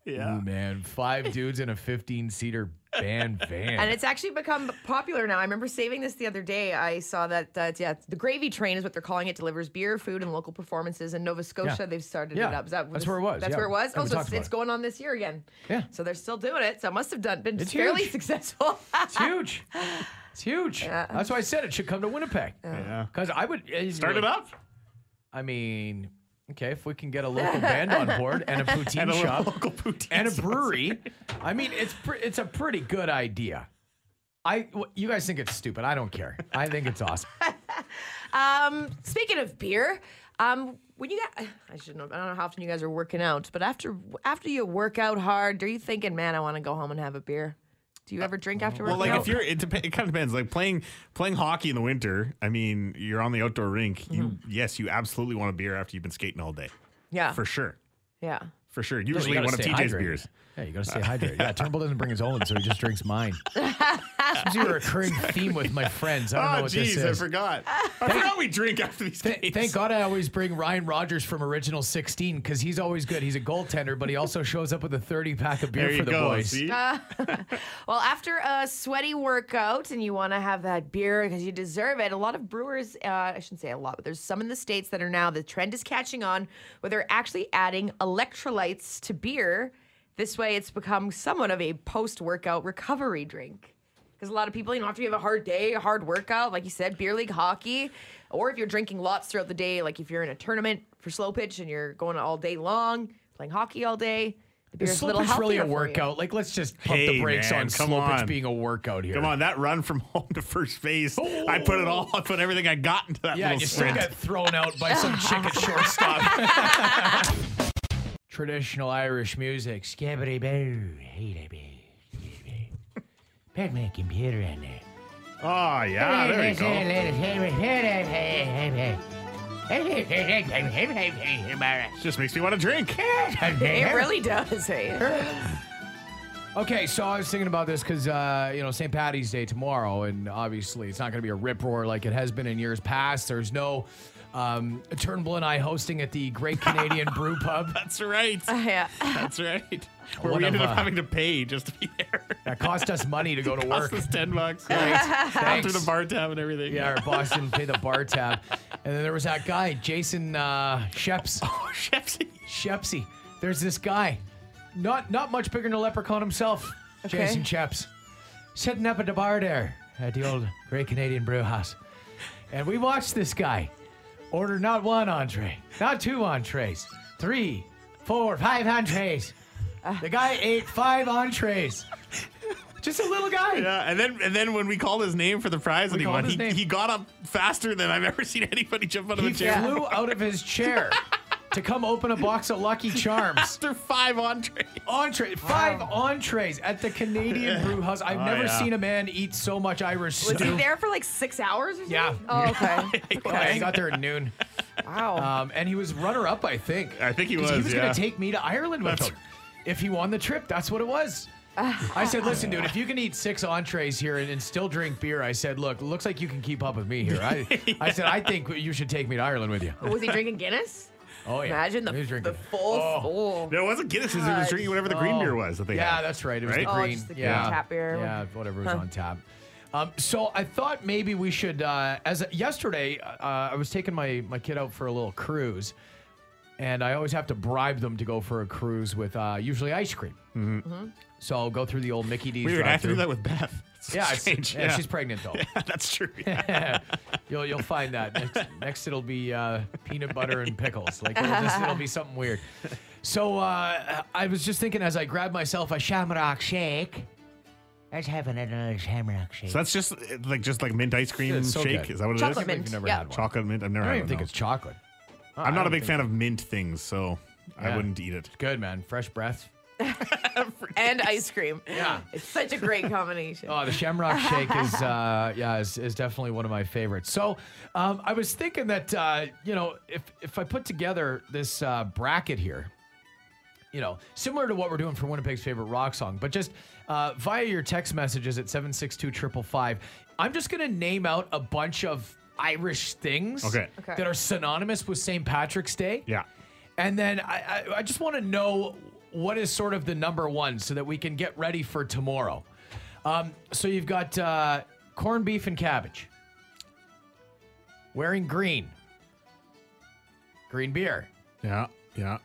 [SPEAKER 4] yeah.
[SPEAKER 3] ooh man, five dudes in a 15 seater band van.
[SPEAKER 5] And it's actually become popular now. I remember saving this the other day. I saw that, uh, yeah, the gravy train is what they're calling it. Delivers beer, food, and local performances in Nova Scotia.
[SPEAKER 3] Yeah.
[SPEAKER 5] They've started
[SPEAKER 3] Yeah.
[SPEAKER 5] it up. Is that-
[SPEAKER 3] That's where it was,
[SPEAKER 5] That's
[SPEAKER 3] yeah.
[SPEAKER 5] where it was.
[SPEAKER 3] Yeah,
[SPEAKER 5] Oh,
[SPEAKER 3] we
[SPEAKER 5] so
[SPEAKER 3] talked
[SPEAKER 5] it's,
[SPEAKER 3] about
[SPEAKER 5] it's
[SPEAKER 3] it.
[SPEAKER 5] going on this year again.
[SPEAKER 3] Yeah.
[SPEAKER 5] So they're still doing it. So it must have done been
[SPEAKER 3] It's
[SPEAKER 5] fairly
[SPEAKER 3] huge.
[SPEAKER 5] *laughs* successful.
[SPEAKER 3] It's huge. It's huge. That's why I said it should come to Winnipeg.
[SPEAKER 4] Yeah.
[SPEAKER 3] Because I would eh,
[SPEAKER 4] Start it up.
[SPEAKER 3] I mean, okay, if we can get a local band on board and a poutine
[SPEAKER 4] And a
[SPEAKER 3] shop
[SPEAKER 4] local *laughs* poutine.
[SPEAKER 3] *laughs* and a
[SPEAKER 4] shop.
[SPEAKER 3] brewery, I mean, it's pre- it's a pretty good idea. I w- you guys think it's stupid. I don't care. I think it's
[SPEAKER 4] *laughs*
[SPEAKER 3] awesome.
[SPEAKER 5] Um, speaking of beer, um, when you got, I should know. I don't know how often you guys are working out, but after after you work out hard, are you thinking, man, I want to go home and have a beer? Do you ever drink after work?
[SPEAKER 4] Well, like
[SPEAKER 5] out?
[SPEAKER 4] if you're, it, dep- it kind of depends. Like playing playing hockey in the winter. I mean, you're on the outdoor rink. You
[SPEAKER 3] Mm-hmm.
[SPEAKER 4] yes, you absolutely want a beer after you've been skating all day,
[SPEAKER 5] yeah,
[SPEAKER 4] for sure,
[SPEAKER 5] yeah.
[SPEAKER 4] for sure.
[SPEAKER 3] You
[SPEAKER 4] Usually
[SPEAKER 3] gotta
[SPEAKER 4] one of
[SPEAKER 3] stay
[SPEAKER 4] TJ's
[SPEAKER 3] hydrated.
[SPEAKER 4] beers.
[SPEAKER 3] Yeah, you gotta stay hydrated. Yeah, Turnbull doesn't bring his own, so he just drinks mine. Seems to be a recurring theme with my friends. I don't know
[SPEAKER 4] Oh,
[SPEAKER 3] what
[SPEAKER 4] jeez,
[SPEAKER 3] this
[SPEAKER 4] I
[SPEAKER 3] is.
[SPEAKER 4] forgot.
[SPEAKER 3] *laughs*
[SPEAKER 4] I forgot we drink after these
[SPEAKER 3] Th-
[SPEAKER 4] games.
[SPEAKER 3] Thank God I always bring Ryan Rogers from Original 16 because he's always good. He's a goaltender, but he also shows up with a 30 pack of beer
[SPEAKER 4] There
[SPEAKER 3] for
[SPEAKER 4] you
[SPEAKER 3] the
[SPEAKER 4] go.
[SPEAKER 3] boys. Ah.
[SPEAKER 4] See?
[SPEAKER 5] Well, after a sweaty workout and you want to have that beer because you deserve it, a lot of brewers, uh, I shouldn't say a lot, but there's some in the States that are now, the trend is catching on where they're actually adding electrolytes to beer. This way, it's become somewhat of a post workout recovery drink. Because a lot of people, you know, after you have a hard day, a hard workout, like you said, beer league hockey, or if you're drinking lots throughout the day, like if you're in a tournament for slow pitch and you're going all day long, playing hockey all day, the beer
[SPEAKER 3] Is
[SPEAKER 5] is a
[SPEAKER 3] slow
[SPEAKER 5] little
[SPEAKER 3] pitch really
[SPEAKER 5] healthier
[SPEAKER 3] a
[SPEAKER 5] for you.
[SPEAKER 3] workout? Like, let's just pump
[SPEAKER 4] Hey,
[SPEAKER 3] the brakes
[SPEAKER 4] man,
[SPEAKER 3] on
[SPEAKER 4] come
[SPEAKER 3] slow
[SPEAKER 4] on.
[SPEAKER 3] pitch being a workout here.
[SPEAKER 4] Come on, that run from home to first base. I put it all. I put everything I got into that
[SPEAKER 3] Yeah,
[SPEAKER 4] little
[SPEAKER 3] you still
[SPEAKER 4] sprint.
[SPEAKER 3] got thrown out by some chick at shortstop. Traditional Irish music. Skibbity boo, hey boo, Put my computer in there.
[SPEAKER 4] Oh yeah, there you go. Just makes me want to *laughs* drink.
[SPEAKER 5] *laughs* It really does. *laughs* Hey.
[SPEAKER 3] Okay, so I was thinking about this because uh, you know St. Patty's Day tomorrow, and obviously it's not going to be a rip roar like it has been in years past. There's no Um, Turnbull and I hosting at the Great
[SPEAKER 4] *laughs*
[SPEAKER 3] Canadian Brew Pub.
[SPEAKER 4] That's *laughs* right.
[SPEAKER 3] *laughs*
[SPEAKER 5] Yeah.
[SPEAKER 4] That's right. Where
[SPEAKER 3] One
[SPEAKER 4] we
[SPEAKER 3] of,
[SPEAKER 4] ended
[SPEAKER 3] uh,
[SPEAKER 4] up having to pay just to be there.
[SPEAKER 3] That cost us money to go to *laughs* work.
[SPEAKER 4] Cost us ten *laughs* bucks. Right. After
[SPEAKER 3] Thanks.
[SPEAKER 4] the bar tab and everything.
[SPEAKER 3] Yeah, our boss didn't pay the bar tab. And then there was that guy, Jason uh, Sheps.
[SPEAKER 4] *laughs* Oh, Shepsy.
[SPEAKER 3] Shepsy. There's this guy, not not much bigger than a leprechaun himself,
[SPEAKER 5] Okay.
[SPEAKER 3] Jason Sheps, sitting up at the bar there at the old Great Canadian Brew House, and we watched this guy order not one entree, not two entrees, three, four, five entrees. The guy ate five entrees. Just a little guy.
[SPEAKER 4] Yeah, Uh, and then and then when we called his name for the prize that he
[SPEAKER 3] called
[SPEAKER 4] won,
[SPEAKER 3] his
[SPEAKER 4] he,
[SPEAKER 3] name.
[SPEAKER 4] he got up faster than I've ever *laughs* seen anybody jump out of
[SPEAKER 3] He
[SPEAKER 4] a chair.
[SPEAKER 3] flew out of his chair to come open a box of Lucky Charms.
[SPEAKER 4] After five entrees.
[SPEAKER 3] entree, five entrees at the
[SPEAKER 4] *laughs*
[SPEAKER 3] Canadian Brew House. I've
[SPEAKER 4] Oh,
[SPEAKER 3] never
[SPEAKER 4] yeah.
[SPEAKER 3] seen a man eat so much Irish
[SPEAKER 5] Was
[SPEAKER 3] *laughs*
[SPEAKER 5] he
[SPEAKER 3] stew.
[SPEAKER 5] there for like six hours or
[SPEAKER 3] *laughs*
[SPEAKER 5] something?
[SPEAKER 3] Yeah.
[SPEAKER 5] Oh, okay.
[SPEAKER 3] Yeah, he got there at noon,
[SPEAKER 5] wow.
[SPEAKER 3] um, and he was runner-up, I think.
[SPEAKER 4] I think he
[SPEAKER 3] 'Cause He
[SPEAKER 4] was,
[SPEAKER 3] was
[SPEAKER 4] yeah.
[SPEAKER 3] going to take me to Ireland with
[SPEAKER 4] That's-
[SPEAKER 3] him if he won the trip. That's what it
[SPEAKER 4] *sighs*
[SPEAKER 3] was. I said, listen, dude, if you can eat six entrees here and, and still drink beer, I said, look, looks like you can keep up with me here. I, I said, I think you should take me to Ireland with you.
[SPEAKER 5] *laughs* was he drinking Guinness?
[SPEAKER 3] Uh, *laughs* Oh yeah,
[SPEAKER 5] Imagine the,
[SPEAKER 3] He was drinking.
[SPEAKER 5] the full
[SPEAKER 3] Oh. *laughs*
[SPEAKER 5] full.
[SPEAKER 4] *laughs* No, it wasn't Guinness. It was
[SPEAKER 5] Gosh.
[SPEAKER 4] drinking whatever the green
[SPEAKER 3] Oh.
[SPEAKER 4] beer was. That they
[SPEAKER 3] yeah,
[SPEAKER 4] had.
[SPEAKER 3] that's right. It was
[SPEAKER 4] Right?
[SPEAKER 3] the
[SPEAKER 5] Oh,
[SPEAKER 3] green.
[SPEAKER 5] just the green
[SPEAKER 3] yeah.
[SPEAKER 5] tap beer.
[SPEAKER 3] Yeah, whatever was on tap. Um, so I thought maybe we should. Uh, as yesterday, uh, I was taking my my kid out for a little cruise, and I always have to bribe them to go for a cruise with uh, usually ice cream. Mm-hmm. So I'll go through the old Mickey D's.
[SPEAKER 4] Weird. I have to
[SPEAKER 3] drive-thru.
[SPEAKER 4] do that with Beth. *laughs*
[SPEAKER 3] *laughs*
[SPEAKER 4] It's
[SPEAKER 3] Yeah, it's-
[SPEAKER 4] strange.
[SPEAKER 3] yeah,
[SPEAKER 4] *laughs*
[SPEAKER 3] she's pregnant though.
[SPEAKER 4] that's true.
[SPEAKER 3] *laughs*
[SPEAKER 4] Yeah.
[SPEAKER 3] you'll you'll find that
[SPEAKER 4] *laughs*
[SPEAKER 3] next, next it'll be uh, peanut butter and pickles. Like it'll, just, it'll be something
[SPEAKER 4] *laughs*
[SPEAKER 3] weird. So uh, I was just thinking as I grabbed myself a shamrock shake. I was having another shamrock shake.
[SPEAKER 4] So that's just uh, like just like mint ice cream
[SPEAKER 3] It's so
[SPEAKER 4] shake.
[SPEAKER 3] good.
[SPEAKER 4] Is that what it is?
[SPEAKER 5] Chocolate mint.
[SPEAKER 3] I've never
[SPEAKER 5] Yeah.
[SPEAKER 3] had one.
[SPEAKER 4] Chocolate mint. I've never
[SPEAKER 3] I don't
[SPEAKER 4] had
[SPEAKER 3] even
[SPEAKER 4] one,
[SPEAKER 3] think
[SPEAKER 4] no.
[SPEAKER 3] it's chocolate.
[SPEAKER 4] I'm
[SPEAKER 3] I
[SPEAKER 4] not a
[SPEAKER 3] don't
[SPEAKER 4] big
[SPEAKER 3] think
[SPEAKER 4] fan of mint things, so
[SPEAKER 3] Yeah.
[SPEAKER 4] I wouldn't eat it.
[SPEAKER 3] It's good, man. Fresh breath.
[SPEAKER 5] And ice cream.
[SPEAKER 3] *laughs* Yeah.
[SPEAKER 5] It's such a great combination.
[SPEAKER 3] *laughs* Oh, the
[SPEAKER 4] *laughs*
[SPEAKER 3] Shamrock Shake is uh, yeah is, is definitely one of my favorites. So um, I was thinking that uh, you know if if I put together this uh, bracket here, you know, similar to what we're doing for Winnipeg's favorite rock song, but just uh, via your text messages at seven six two triple five, I'm just gonna name out a bunch of Irish things
[SPEAKER 4] Okay.
[SPEAKER 5] Okay.
[SPEAKER 3] that are synonymous with St. Patrick's Day.
[SPEAKER 4] Yeah.
[SPEAKER 3] And then I, I, I just want to know what is sort of the number one so that we can get ready for tomorrow. Um, so you've got uh, corned beef and cabbage, wearing green, green beer,
[SPEAKER 4] Yeah. Yeah.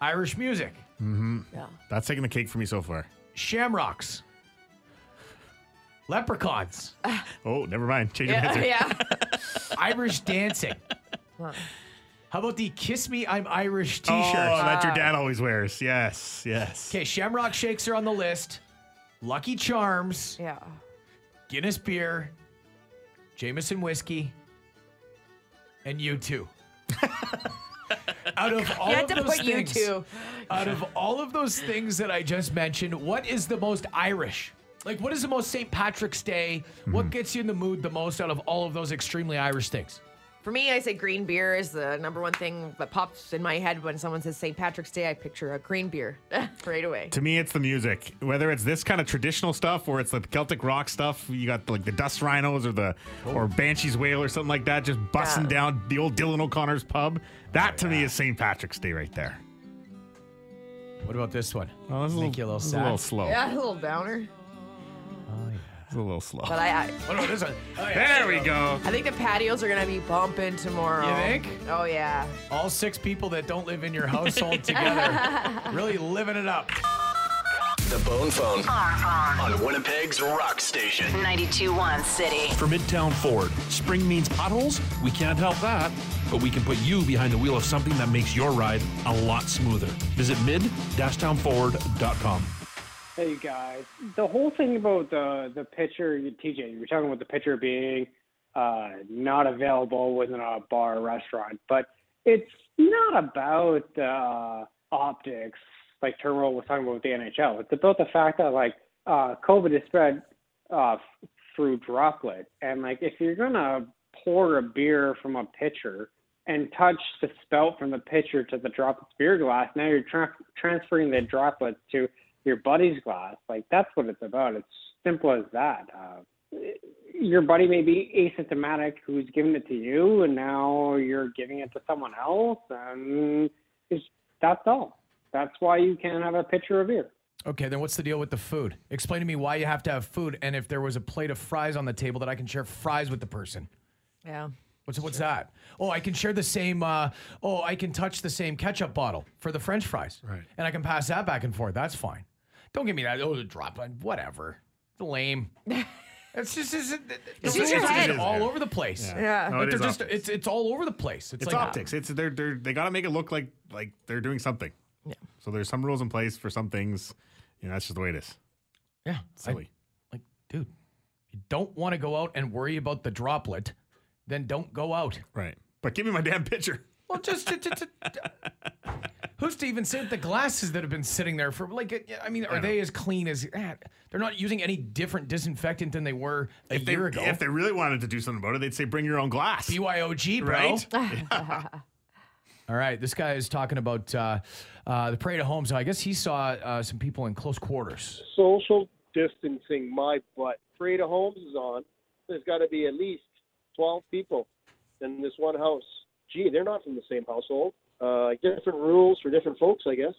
[SPEAKER 3] Irish music,
[SPEAKER 5] Yeah.
[SPEAKER 4] That's taking the cake for me so far.
[SPEAKER 3] shamrocks, leprechauns,
[SPEAKER 4] Oh, never mind. Change your
[SPEAKER 5] *laughs* Yeah.
[SPEAKER 3] *laughs*
[SPEAKER 4] answer.
[SPEAKER 5] yeah.
[SPEAKER 3] Irish dancing. How about the Kiss Me I'm Irish t
[SPEAKER 4] Oh,
[SPEAKER 3] shirt?
[SPEAKER 4] that your
[SPEAKER 3] Ah.
[SPEAKER 4] dad always wears. Yes. Yes.
[SPEAKER 3] okay, shamrock shakes are on the list, Lucky Charms.
[SPEAKER 5] Yeah.
[SPEAKER 3] Guinness beer, Jameson whiskey, and you two. out of all
[SPEAKER 5] *laughs* You
[SPEAKER 3] of
[SPEAKER 5] had to
[SPEAKER 3] those
[SPEAKER 5] put you
[SPEAKER 3] things,
[SPEAKER 5] two.
[SPEAKER 3] out of all of those things that I just mentioned, what is the most Irish? Like, what is the most St. Patrick's Day?
[SPEAKER 4] Mm-hmm.
[SPEAKER 3] What gets you in the mood the most out of all of those extremely Irish things?
[SPEAKER 5] For me, I say green beer is the number one thing that pops in my head when someone says St. Patrick's Day. I picture a green beer *laughs* right away.
[SPEAKER 4] To me, it's the music. Whether it's this kind of traditional stuff or it's the Celtic rock stuff, you got like the Dust Rhinos or the
[SPEAKER 3] Oh.
[SPEAKER 4] or Banshee's Whale or something like that, just busting
[SPEAKER 5] Yeah.
[SPEAKER 4] down the old Dylan O'Connor's pub. That to me is St. Patrick's Day right there.
[SPEAKER 3] What about this one?
[SPEAKER 4] Oh, that's a
[SPEAKER 3] Make you a little
[SPEAKER 4] this is
[SPEAKER 3] sad.
[SPEAKER 4] little slow.
[SPEAKER 5] Yeah, a little downer.
[SPEAKER 4] It's a little slow.
[SPEAKER 5] But I, I,
[SPEAKER 3] What about
[SPEAKER 4] *laughs*
[SPEAKER 3] this one? Oh, yeah.
[SPEAKER 4] There we go.
[SPEAKER 5] I think the patios are gonna be bumping tomorrow.
[SPEAKER 3] You think?
[SPEAKER 5] Oh yeah.
[SPEAKER 3] All six people that don't live in your household together,
[SPEAKER 4] *laughs*
[SPEAKER 3] really living it up.
[SPEAKER 2] The Bone Phone on Winnipeg's Rock Station.
[SPEAKER 1] 92.1 City.
[SPEAKER 6] For Midtown Ford, spring means potholes? We can't help that. But we can put you behind the wheel of something that makes your ride a lot smoother. Visit mid-townford.com.
[SPEAKER 7] Hey guys, the whole thing about the the pitcher, TJ, you were talking about the pitcher being uh, not available within a bar or restaurant, but it's not about uh, optics like Turnbull was talking about with the NHL. It's about the fact that like uh, COVID is spread uh, f- through droplet, and like if you're gonna pour a beer from a pitcher and touch the spout from the pitcher to the droplet's beer glass, now you're tra- transferring the droplets to your buddy's glass. Like that's what it's about. It's simple as that. Uh, your buddy may be asymptomatic who's giving it to you, and now you're giving it to someone else, and it's, that's all. That's why you can't have a pitcher of beer.
[SPEAKER 3] Okay, then what's the deal with the food? Explain to me why you have to have food, and if there was a plate of fries on the table that I can share fries with the person.
[SPEAKER 5] Yeah.
[SPEAKER 3] What's what's that? Oh, I can share the same. Uh, oh, I can touch the same ketchup bottle for the French fries, right? And I can pass that back and forth. That's fine. Don't give me that. Oh, drop on whatever. It's
[SPEAKER 5] *laughs*
[SPEAKER 3] lame. It's just it's, it- it- the
[SPEAKER 5] It's just
[SPEAKER 3] racism
[SPEAKER 5] your
[SPEAKER 3] is
[SPEAKER 5] head.
[SPEAKER 3] all over the place.
[SPEAKER 5] Yeah.
[SPEAKER 4] No,
[SPEAKER 3] Like
[SPEAKER 4] it
[SPEAKER 3] they're
[SPEAKER 4] is
[SPEAKER 3] just
[SPEAKER 4] optics.
[SPEAKER 3] it's it's all over the place. It's,
[SPEAKER 4] It's
[SPEAKER 3] like
[SPEAKER 4] optics. It's they're they're they gotta make it look like like they're doing something.
[SPEAKER 5] Yeah.
[SPEAKER 4] So there's some rules in place for some things. You know, that's just the way it is.
[SPEAKER 3] yeah, I-
[SPEAKER 4] Silly.
[SPEAKER 3] like, dude, you don't want to go out and worry about the droplet, then don't go out.
[SPEAKER 4] right. But give me my *laughs* damn picture.
[SPEAKER 3] Well, just to, to, to, *laughs* who's to even say that the glasses that have been sitting there for like uh, I mean, are they as clean as eh, they're not using any different disinfectant than they were a
[SPEAKER 4] If they,
[SPEAKER 3] year ago?
[SPEAKER 4] if they really wanted to do something about it, they'd say bring your own glass.
[SPEAKER 3] *laughs* BYOG, bro. *laughs*
[SPEAKER 4] right?
[SPEAKER 3] All right, this guy is talking about uh, uh, the parade of homes. I guess he saw uh, some people in close quarters.
[SPEAKER 8] social distancing my butt. Freda Homes is on. There's got to be at least 12 people in this one house. Gee, they're not from the same household. Uh, different rules for different folks, I guess.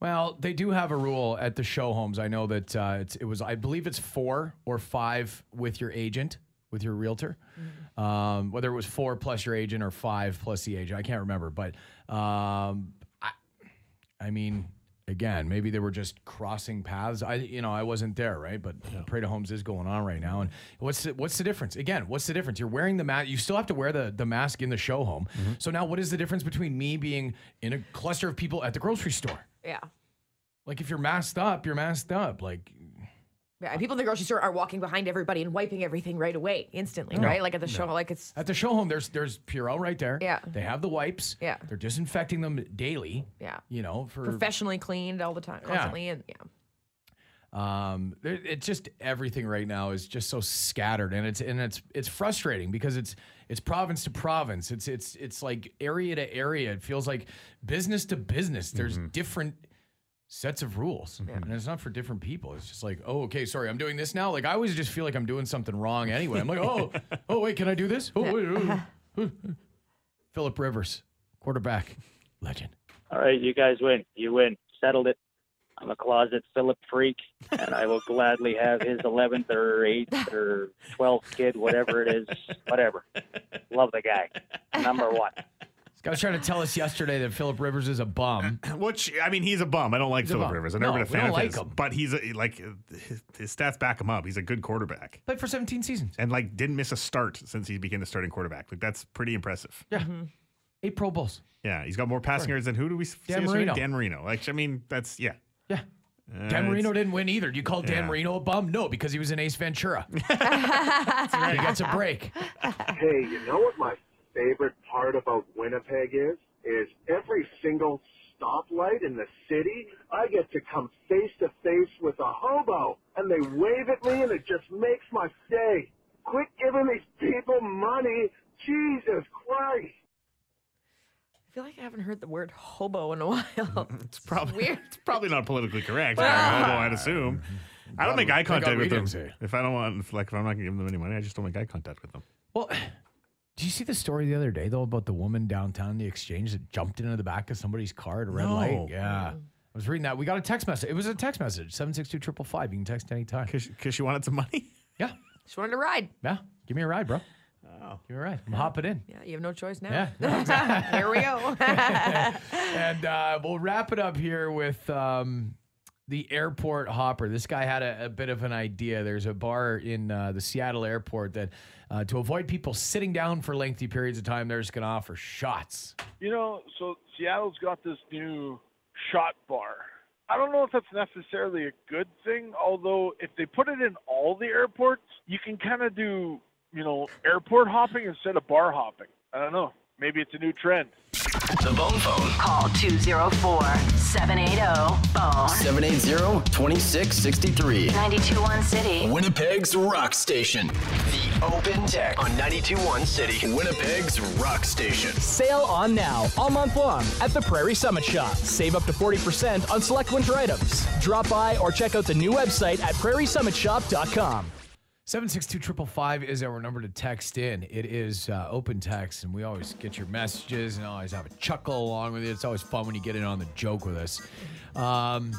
[SPEAKER 3] Well, they do have a rule at the show homes. I know that uh, it's, it was, I believe it's four or five with your agent, with your realtor. Um, whether it was four plus your agent or five plus the agent, I can't remember. But um, I, I mean, again, maybe they were just crossing paths. I, you know, I wasn't there, right? But Parade of Homes is going on right now. And what's the, what's the difference? Again, what's the difference? You're wearing the mask. You still have to wear the, the mask in the show home. So now, what is the difference between me being in a cluster of people at the grocery store?
[SPEAKER 5] Yeah.
[SPEAKER 3] Like if you're masked up, you're masked up. Like
[SPEAKER 5] Yeah, and people in the grocery store are walking behind everybody and wiping everything right away, instantly, right? Like at the show, like it's
[SPEAKER 3] at the show home, there's there's Purell right there.
[SPEAKER 5] Yeah.
[SPEAKER 3] They have the wipes.
[SPEAKER 5] Yeah.
[SPEAKER 3] They're disinfecting them daily.
[SPEAKER 5] Yeah.
[SPEAKER 3] You know, for
[SPEAKER 5] professionally cleaned all the time, constantly, and yeah.
[SPEAKER 3] um, there- it's just everything right now is just so scattered, and it's and it's it's frustrating because it's it's province to province. It's it's it's like area to area. It feels like business to business. There's different sets of rules, and it's not for different people. It's just like, oh, okay, sorry, I'm doing this now. Like I always just feel like I'm doing something wrong anyway. I'm like, oh, oh, wait, can I do this? Oh, wait, oh. *laughs* Philip Rivers, quarterback, legend.
[SPEAKER 9] All right, you guys win. You win. Settled it. I'm a closet Philip freak, and I will gladly have his 11th or 8th or 12th kid, whatever it is, whatever. Love the guy. Number one.
[SPEAKER 3] This guy was trying to tell us yesterday that Philip Rivers is a bum.
[SPEAKER 4] *laughs* Which I mean, he's a bum. I don't like
[SPEAKER 3] a
[SPEAKER 4] Philip
[SPEAKER 3] bum.
[SPEAKER 4] Rivers. I've never
[SPEAKER 3] No,
[SPEAKER 4] been
[SPEAKER 3] we
[SPEAKER 4] a fan
[SPEAKER 3] don't
[SPEAKER 4] of
[SPEAKER 3] like
[SPEAKER 4] his.
[SPEAKER 3] him.
[SPEAKER 4] But he's a, like his, his stats back him up. He's a good quarterback,
[SPEAKER 3] Played for 17 seasons.
[SPEAKER 4] and like didn't miss a start since he became the starting quarterback. Like that's pretty impressive. Yeah,
[SPEAKER 3] Mm-hmm. Eight Pro Bowls.
[SPEAKER 4] he's got more passing yards than who do we s-
[SPEAKER 3] Dan
[SPEAKER 4] see yesterday?
[SPEAKER 3] Marino.
[SPEAKER 4] Dan Marino. Like I mean, that's yeah.
[SPEAKER 3] Yeah.
[SPEAKER 4] Uh,
[SPEAKER 3] Dan Marino
[SPEAKER 4] it's-
[SPEAKER 3] didn't win either. Do you call Dan
[SPEAKER 4] Yeah.
[SPEAKER 3] Marino a bum? No, because he was an Ace Ventura. He gets a break.
[SPEAKER 10] Hey, you know what my favorite part about Winnipeg is? Is every single stoplight in the city, I get to come face to face with a hobo, and they wave at me, and it just makes my day. Quit giving these people money. Jesus Christ.
[SPEAKER 5] I feel like I haven't heard the word hobo in a *laughs* while.
[SPEAKER 3] Mm-hmm.
[SPEAKER 4] It's probably
[SPEAKER 5] weird.
[SPEAKER 4] It's probably not politically correct. although I'd assume. I don't make eye contact
[SPEAKER 3] God we
[SPEAKER 4] with them.
[SPEAKER 3] didn't say.
[SPEAKER 4] If I don't want, if, like, if I'm not gonna give them any money, I just don't make eye contact with them.
[SPEAKER 3] Well, do you see the story the other day, though, about the woman downtown in the exchange that jumped into the back of somebody's car at a red
[SPEAKER 4] No.
[SPEAKER 3] light? Yeah. I was reading that. We got a text message. It was a text message 762 555. You can text anytime.
[SPEAKER 4] Because she wanted
[SPEAKER 5] *laughs*
[SPEAKER 4] some money.
[SPEAKER 3] Yeah.
[SPEAKER 5] Just wanted to ride.
[SPEAKER 3] Yeah. Give me a ride, bro. Oh. Give me a ride. I'm hopping in.
[SPEAKER 5] Yeah, you have no choice now.
[SPEAKER 3] Yeah.
[SPEAKER 5] Here
[SPEAKER 3] *laughs*
[SPEAKER 5] we go. *laughs*
[SPEAKER 3] And uh, we'll wrap it up here with um, the airport hopper. This guy had a, a bit of an idea. There's a bar in uh, the Seattle airport that, uh, to avoid people sitting down for lengthy periods of time, they're just going to offer shots.
[SPEAKER 8] You know, so Seattle's got this new shot bar. I don't know if that's necessarily a good thing, although if they put it in all the airports, you can kind of do, you know, airport hopping instead of bar hopping. I don't know. Maybe it's a new trend.
[SPEAKER 2] The Bone Phone.
[SPEAKER 1] Call 204 780 Bone.
[SPEAKER 2] 780-2663.
[SPEAKER 1] 921 City.
[SPEAKER 2] Winnipeg's Rock Station. The Open Tech on 921 City. Winnipeg's Rock Station.
[SPEAKER 11] Sale on now, all month long, at the Prairie Summit Shop. Save up to 40% on select winter items. Drop by or check out the new website at prairiesummitsshop.com.
[SPEAKER 3] 762 555 is our number to text in. It is uh, open text, and we always get your messages and always have a chuckle along with it. It's always fun when you get in on the joke with us. Um,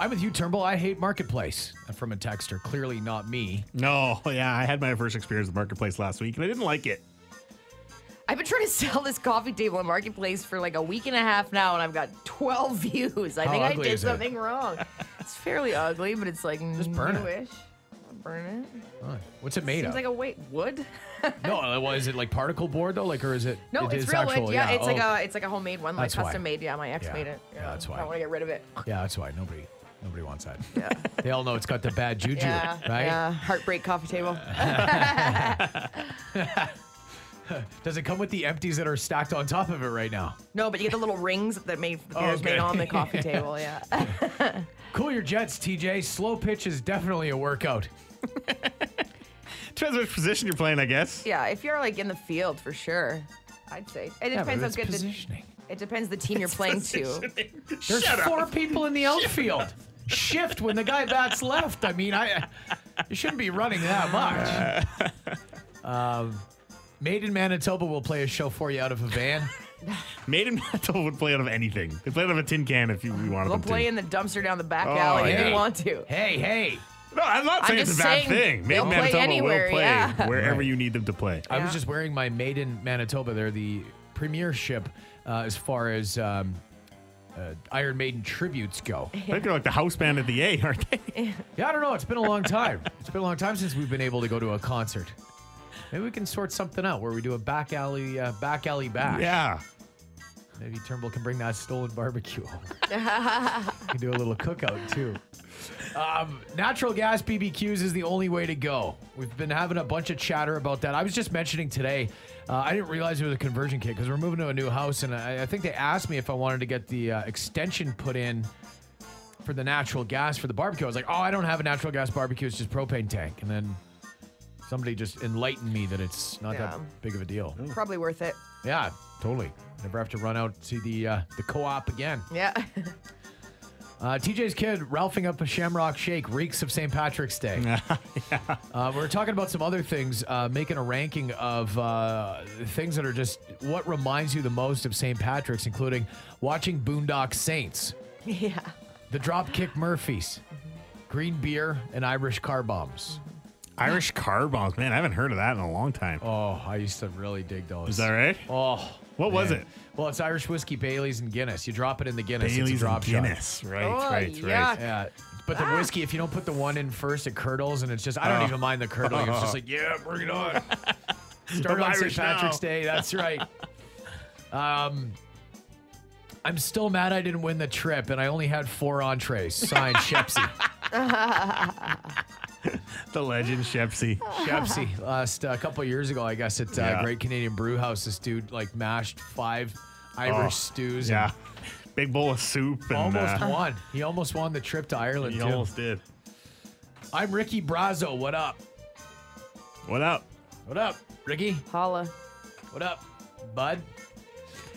[SPEAKER 3] I'm with you, Turnbull. I hate Marketplace from a texter. Clearly not me.
[SPEAKER 4] No, yeah, I had my first experience with Marketplace last week and I didn't like it.
[SPEAKER 5] I've been trying to sell this coffee table on Marketplace for like a week and a half now, and I've got 12 *laughs* views. I
[SPEAKER 3] How
[SPEAKER 5] think I
[SPEAKER 3] ugly
[SPEAKER 5] did
[SPEAKER 3] is it?
[SPEAKER 5] something wrong. It's fairly ugly, but it's like just
[SPEAKER 3] burn it.
[SPEAKER 5] newish. Burn it.
[SPEAKER 3] Huh. What's it made
[SPEAKER 5] Seems
[SPEAKER 3] of?
[SPEAKER 5] like a wait wood. *laughs*
[SPEAKER 3] no, uh, well, is it like particle board though? Like, or is it?
[SPEAKER 5] No,
[SPEAKER 3] it
[SPEAKER 5] it's
[SPEAKER 3] is
[SPEAKER 5] real
[SPEAKER 3] actual-
[SPEAKER 5] wood. Yeah, it's like
[SPEAKER 3] oh.
[SPEAKER 5] a it's like a homemade one, like
[SPEAKER 3] That's why.
[SPEAKER 5] custom made. Yeah, my ex
[SPEAKER 3] Yeah.
[SPEAKER 5] made it.
[SPEAKER 3] Yeah, that's why.
[SPEAKER 5] I want to get rid of it.
[SPEAKER 3] Yeah, that's why nobody nobody wants that. Yeah. They all know it's got the bad juju,
[SPEAKER 5] Yeah,
[SPEAKER 3] *laughs* right?
[SPEAKER 5] yeah. Heartbreak coffee table.
[SPEAKER 3] Does it come with the empties that are stacked on top of it right now?
[SPEAKER 5] no, but you get the little rings that made that
[SPEAKER 3] Oh,
[SPEAKER 5] was
[SPEAKER 3] okay.
[SPEAKER 5] made on
[SPEAKER 3] *laughs*
[SPEAKER 5] the coffee table. Yeah. *laughs*
[SPEAKER 3] Cool your jets, TJ. Slow pitch is definitely a workout.
[SPEAKER 4] Depends which position you're playing, I guess.
[SPEAKER 5] Yeah, if you're like in the field for sure, I'd say it
[SPEAKER 3] Yeah, but
[SPEAKER 5] depends how
[SPEAKER 3] it's
[SPEAKER 5] good
[SPEAKER 3] positioning.
[SPEAKER 5] the it depends
[SPEAKER 3] *laughs*
[SPEAKER 5] the team you're playing to.
[SPEAKER 3] There's four people in the outfield. Shift when the guy bats left. I mean, I you shouldn't be running that much. um, Made in Manitoba will play a show for you out of a van.
[SPEAKER 4] Made *laughs* in Metal would play out of anything. They play out of a tin can if you we wanted
[SPEAKER 5] They'll
[SPEAKER 4] them
[SPEAKER 5] play
[SPEAKER 4] to.
[SPEAKER 5] in the dumpster down the back
[SPEAKER 4] Oh,
[SPEAKER 5] alley if
[SPEAKER 4] yeah.
[SPEAKER 5] you want to.
[SPEAKER 3] Hey, hey.
[SPEAKER 4] no, I'm not
[SPEAKER 5] I'm
[SPEAKER 4] saying
[SPEAKER 5] just
[SPEAKER 4] it's a bad
[SPEAKER 5] saying
[SPEAKER 4] thing. Made
[SPEAKER 5] they'll
[SPEAKER 4] in
[SPEAKER 5] play
[SPEAKER 4] Manitoba
[SPEAKER 5] anywhere,
[SPEAKER 4] will play
[SPEAKER 5] yeah.
[SPEAKER 4] *laughs* wherever you need them to play.
[SPEAKER 3] I was
[SPEAKER 5] Yeah.
[SPEAKER 3] just wearing my Made in Manitoba. They're the premiership uh, as far as um, uh, Iron Maiden tributes go.
[SPEAKER 4] I think they're like the house band at the A, aren't they?
[SPEAKER 3] Yeah, I don't know. It's been a long time. It's been a long time since we've been able to go to a concert. Maybe we can sort something out where we do a back alley, uh, back alley bash.
[SPEAKER 4] yeah.
[SPEAKER 3] Maybe Turnbull can bring that stolen barbecue home. we can do a little cookout too. Um, natural gas BBQs is the only way to go. We've been having a bunch of chatter about that. I was just mentioning today, uh, I didn't realize it was a conversion kit because we're moving to a new house, and I, I think they asked me if I wanted to get the uh, extension put in for the natural gas for the barbecue. I was like, oh, I don't have a natural gas barbecue; it's just propane tank. And then somebody just enlightened me that it's not
[SPEAKER 5] Yeah.
[SPEAKER 3] that big of a deal.
[SPEAKER 5] Probably worth it.
[SPEAKER 3] Yeah, totally. Never have to run out to the uh, the co-op again.
[SPEAKER 5] Yeah. *laughs*
[SPEAKER 3] Uh, TJ's kid ralphing up a shamrock shake reeks of St. Patrick's *laughs* Day. uh, we we're talking about some other things, uh, making a ranking of uh, things that are just what reminds you the most of St. Patrick's, including watching Boondock Saints,
[SPEAKER 5] yeah.
[SPEAKER 3] the Dropkick Murphys, green beer, and Irish car bombs.
[SPEAKER 4] Irish car bombs, man. I haven't heard of that in a long time.
[SPEAKER 3] Oh, I used to really dig those.
[SPEAKER 4] Is that right?
[SPEAKER 3] Oh,
[SPEAKER 4] What was it?
[SPEAKER 3] Well, it's Irish whiskey, Bailey's, and Guinness. You drop it in the Guinness,
[SPEAKER 4] Bailey's
[SPEAKER 3] it's a
[SPEAKER 4] and
[SPEAKER 3] drop shot.
[SPEAKER 4] Guinness. Right,
[SPEAKER 5] Oh,
[SPEAKER 4] right,
[SPEAKER 5] yuck.
[SPEAKER 4] right.
[SPEAKER 3] Yeah. But the whiskey, if you don't put the one in first, it curdles, and it's just, I don't
[SPEAKER 4] Uh.
[SPEAKER 3] even mind the curdling. It's just
[SPEAKER 4] *laughs*
[SPEAKER 3] like, yeah, bring it on. Start
[SPEAKER 4] I'm
[SPEAKER 3] on St.
[SPEAKER 4] Irish now.
[SPEAKER 3] Patrick's Day. That's right. um, I'm still mad I didn't win the trip, and I only had four entrees. Signed, Shepsy.
[SPEAKER 4] The legend *laughs* Shepsy.
[SPEAKER 3] Shepsy. Last a couple of years ago, I guess, at uh,
[SPEAKER 4] Yeah.
[SPEAKER 3] Great Canadian Brew House, this dude like mashed five Irish
[SPEAKER 4] Oh,
[SPEAKER 3] stews.
[SPEAKER 4] Yeah. Big bowl of soup
[SPEAKER 3] And
[SPEAKER 4] and
[SPEAKER 3] almost
[SPEAKER 4] uh,
[SPEAKER 3] won. He almost won the trip to Ireland,
[SPEAKER 4] He
[SPEAKER 3] too.
[SPEAKER 4] almost did.
[SPEAKER 3] I'm Ricky Brazo. What up?
[SPEAKER 4] What up?
[SPEAKER 3] What up, Ricky?
[SPEAKER 5] Holla.
[SPEAKER 3] What up, bud?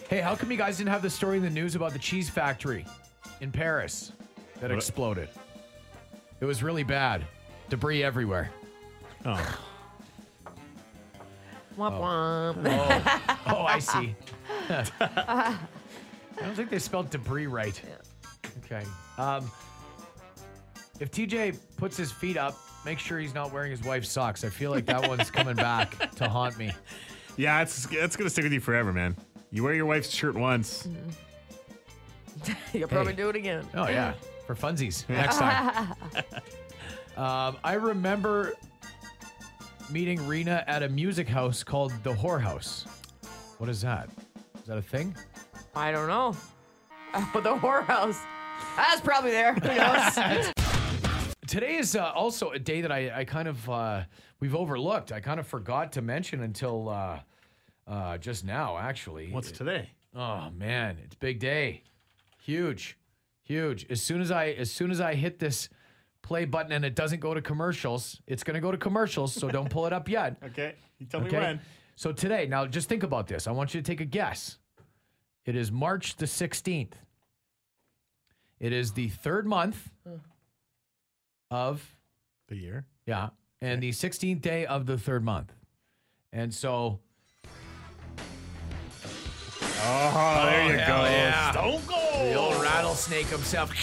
[SPEAKER 3] Hey, how come you guys didn't have the story in the news about the cheese factory in Paris that exploded? It was really bad. Debris everywhere.
[SPEAKER 4] Oh.
[SPEAKER 5] Womp womp.
[SPEAKER 3] *laughs*
[SPEAKER 5] *laughs*
[SPEAKER 3] Oh, I see. I don't think they spelled debris right. Okay. Um, if TJ puts his feet up, make sure he's not wearing his wife's socks. I feel like that one's coming back to haunt me.
[SPEAKER 4] Yeah, it's that's gonna stick with you forever, man. You wear your wife's shirt once.
[SPEAKER 5] You'll probably
[SPEAKER 3] Hey.
[SPEAKER 5] do it again.
[SPEAKER 3] Oh yeah, for funsies next time. um, I remember meeting Rena at a music house called the Whorehouse. What is that? Is that a thing?
[SPEAKER 5] I don't know. But *laughs* the whorehouse. That's probably there. Who *laughs* knows?
[SPEAKER 3] Today is uh, also a day that I, I kind of uh, we've overlooked. I kind of forgot to mention until uh, uh, just now, actually.
[SPEAKER 4] today?
[SPEAKER 3] Oh man, it's big day. Huge. Huge. As soon as I as soon as I hit this play button and it doesn't go to commercials, it's going to go to commercials, so don't pull it up yet.
[SPEAKER 4] Okay. You tell
[SPEAKER 3] Okay? So today, now just think about this. I want you to take a guess. It is March the 16th. It is the third month of
[SPEAKER 4] The year.
[SPEAKER 3] yeah, and the 16th day of the third month. And so.
[SPEAKER 4] Oh, there you
[SPEAKER 3] hell
[SPEAKER 4] go.
[SPEAKER 3] yeah.
[SPEAKER 4] Stone
[SPEAKER 3] The old rattlesnake himself.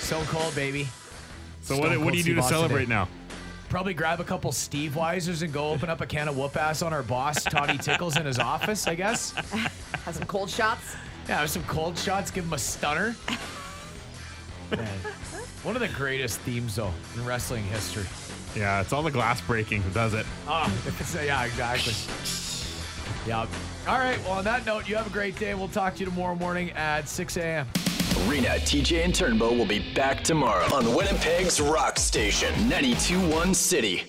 [SPEAKER 3] so cold, baby.
[SPEAKER 4] So what,
[SPEAKER 3] Stone
[SPEAKER 4] what
[SPEAKER 3] Cold
[SPEAKER 4] do you do to
[SPEAKER 3] Steve Austin
[SPEAKER 4] celebrate
[SPEAKER 3] Day.
[SPEAKER 4] now?
[SPEAKER 3] Probably grab a couple Steve Weisers and go open up a can of whoop ass on our boss, Toddy Tickles, in his office, I guess.
[SPEAKER 5] Have some cold shots.
[SPEAKER 3] Yeah, have some cold shots, give him a stunner. Man, One of the greatest themes, though, in wrestling history.
[SPEAKER 4] Yeah, it's all the glass breaking that does it.
[SPEAKER 3] Oh, so yeah, exactly. Yeah. All right. Well, on that note, you have a great day. We'll talk to you tomorrow morning at 6 a.m.
[SPEAKER 6] Rena, TJ, and Turnbow will be back tomorrow on Winnipeg's Rock Station, 921 City.